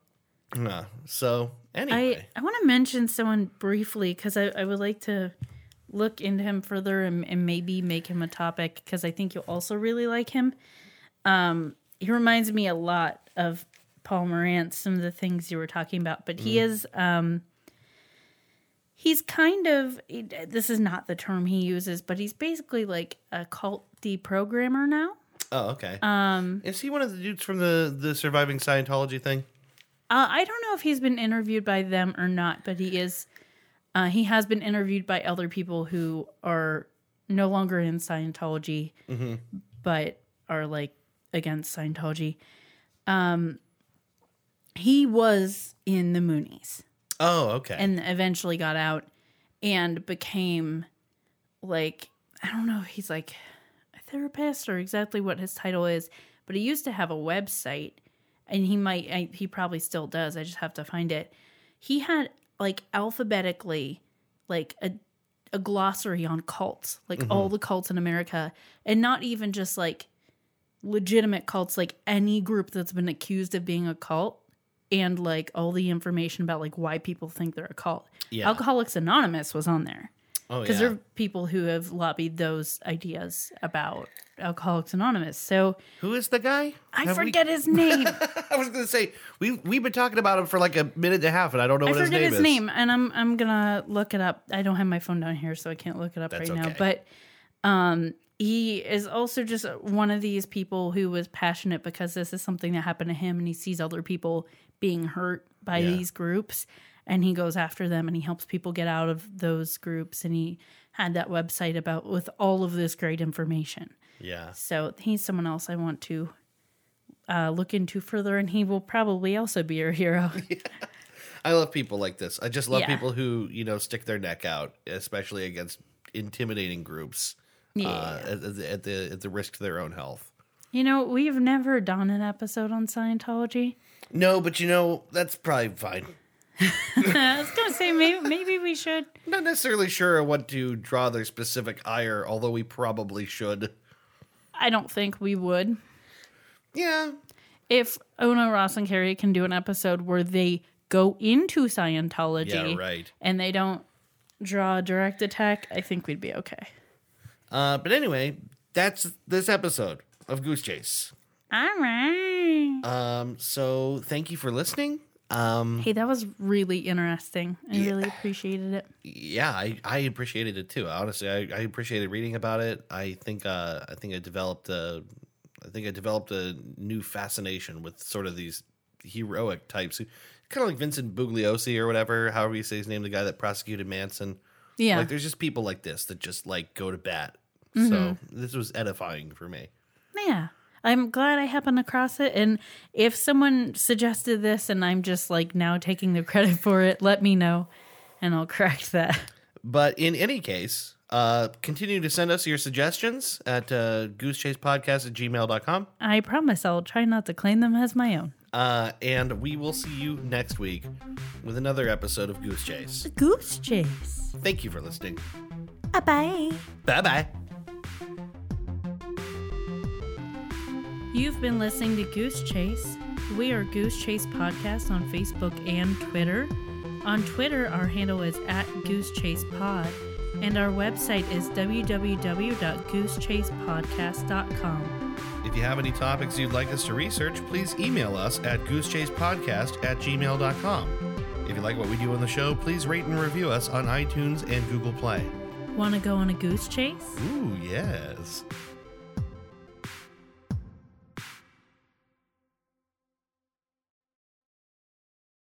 Speaker 1: uh, so
Speaker 2: I,
Speaker 1: anyway,
Speaker 2: I want to mention someone briefly because I, I would like to look into him further and, and maybe make him a topic because I think you'll also really like him. Um, he reminds me a lot of Paul Morant, some of the things you were talking about, but he is um, he's kind of this is not the term he uses, but he's basically like a cult deprogrammer now.
Speaker 1: oh okay. Um, is he one of the dudes from the the surviving Scientology thing?
Speaker 2: Uh, I don't know if he's been interviewed by them or not, but he is. Uh, he has been interviewed by other people who are no longer in Scientology, but are like against Scientology. Um, he was in the Moonies
Speaker 1: Oh, okay.
Speaker 2: and eventually got out and became like I don't know, he's like a therapist or exactly what his title is, but he used to have a website and he might I, he probably still does. I just have to find it. He had like alphabetically like a a glossary on cults, like all the cults in America and not even just like legitimate cults like any group that's been accused of being a cult and like all the information about like why people think they're a cult.
Speaker 1: Yeah.
Speaker 2: Alcoholics Anonymous was on there
Speaker 1: oh
Speaker 2: because
Speaker 1: yeah.
Speaker 2: there are people who have lobbied those ideas about Alcoholics Anonymous. So
Speaker 1: Who is the guy?
Speaker 2: I
Speaker 1: Have we-
Speaker 2: forget his name.
Speaker 1: [laughs] I was gonna say we we've been talking about him for like a minute and a half, and I don't know
Speaker 2: I
Speaker 1: what his
Speaker 2: forget
Speaker 1: name
Speaker 2: his
Speaker 1: is.
Speaker 2: name, and I'm I'm gonna look it up. I don't have my phone down here, so I can't look it up
Speaker 1: That's
Speaker 2: right now.
Speaker 1: okay.
Speaker 2: But um, he is also just one of these people who was passionate because this is something that happened to him, and he sees other people being hurt by
Speaker 1: Yeah.
Speaker 2: these groups, and he goes after them, and he helps people get out of those groups, and he had that website about with all of this great information.
Speaker 1: Yeah.
Speaker 2: So he's someone else I want to uh, look into further, and he will probably also be your hero. [laughs]
Speaker 1: I love people like this. I just love
Speaker 2: Yeah.
Speaker 1: people who you know stick their neck out, especially against intimidating groups. [laughs] Uh, at, at the, at the at the risk to their own health.
Speaker 2: You know, we've never done an episode on Scientology.
Speaker 1: No, but you know that's probably fine.
Speaker 2: I was gonna say maybe maybe we should.
Speaker 1: Not necessarily sure what to draw their specific ire, although we probably should.
Speaker 2: I don't think we would.
Speaker 1: Yeah,
Speaker 2: If Ono Ross and Carrie can do an episode where they go into Scientology,
Speaker 1: yeah, right.
Speaker 2: and they don't draw a direct attack, I think we'd be okay.
Speaker 1: Uh, but anyway, that's this episode of Goose Chase.
Speaker 2: All right.
Speaker 1: Um, so thank you for listening. Um,
Speaker 2: hey, that was really interesting. I really appreciated it.
Speaker 1: yeah, I, I appreciated it too. Honestly, I, I appreciated reading about it. I think uh, I think I developed a I think I developed a new fascination with sort of these heroic types, kind of like Vincent Bugliosi or whatever, however you say his name, the guy that prosecuted Manson.
Speaker 2: Yeah.
Speaker 1: Like, there's just people like this that just like go to bat. So this was edifying for me.
Speaker 2: Yeah. I'm glad I happened across it. And if someone suggested this and I'm just like now taking the [laughs] credit for it, let me know and I'll correct that.
Speaker 1: But in any case, uh, continue to send us your suggestions at uh, goosechasepodcast at gmail.com.
Speaker 2: I promise I'll try not to claim them as my own.
Speaker 1: Uh, and we will see you next week with another episode of Goose Chase.
Speaker 2: Goose Chase.
Speaker 1: Thank you for listening.
Speaker 2: Bye bye.
Speaker 1: Bye bye.
Speaker 2: You've been listening to Goose Chase. We are Goose Chase Podcast on Facebook and Twitter. On Twitter, our handle is at Goose Chase Pod, and our website is www.goosechasepodcast.com.
Speaker 1: If you have any topics you'd like us to research, please email us at goosechasepodcast at gmail.com. If you like what we do on the show, please rate and review us on iTunes and Google Play.
Speaker 2: Want to go on a goose chase?
Speaker 1: Ooh, yes.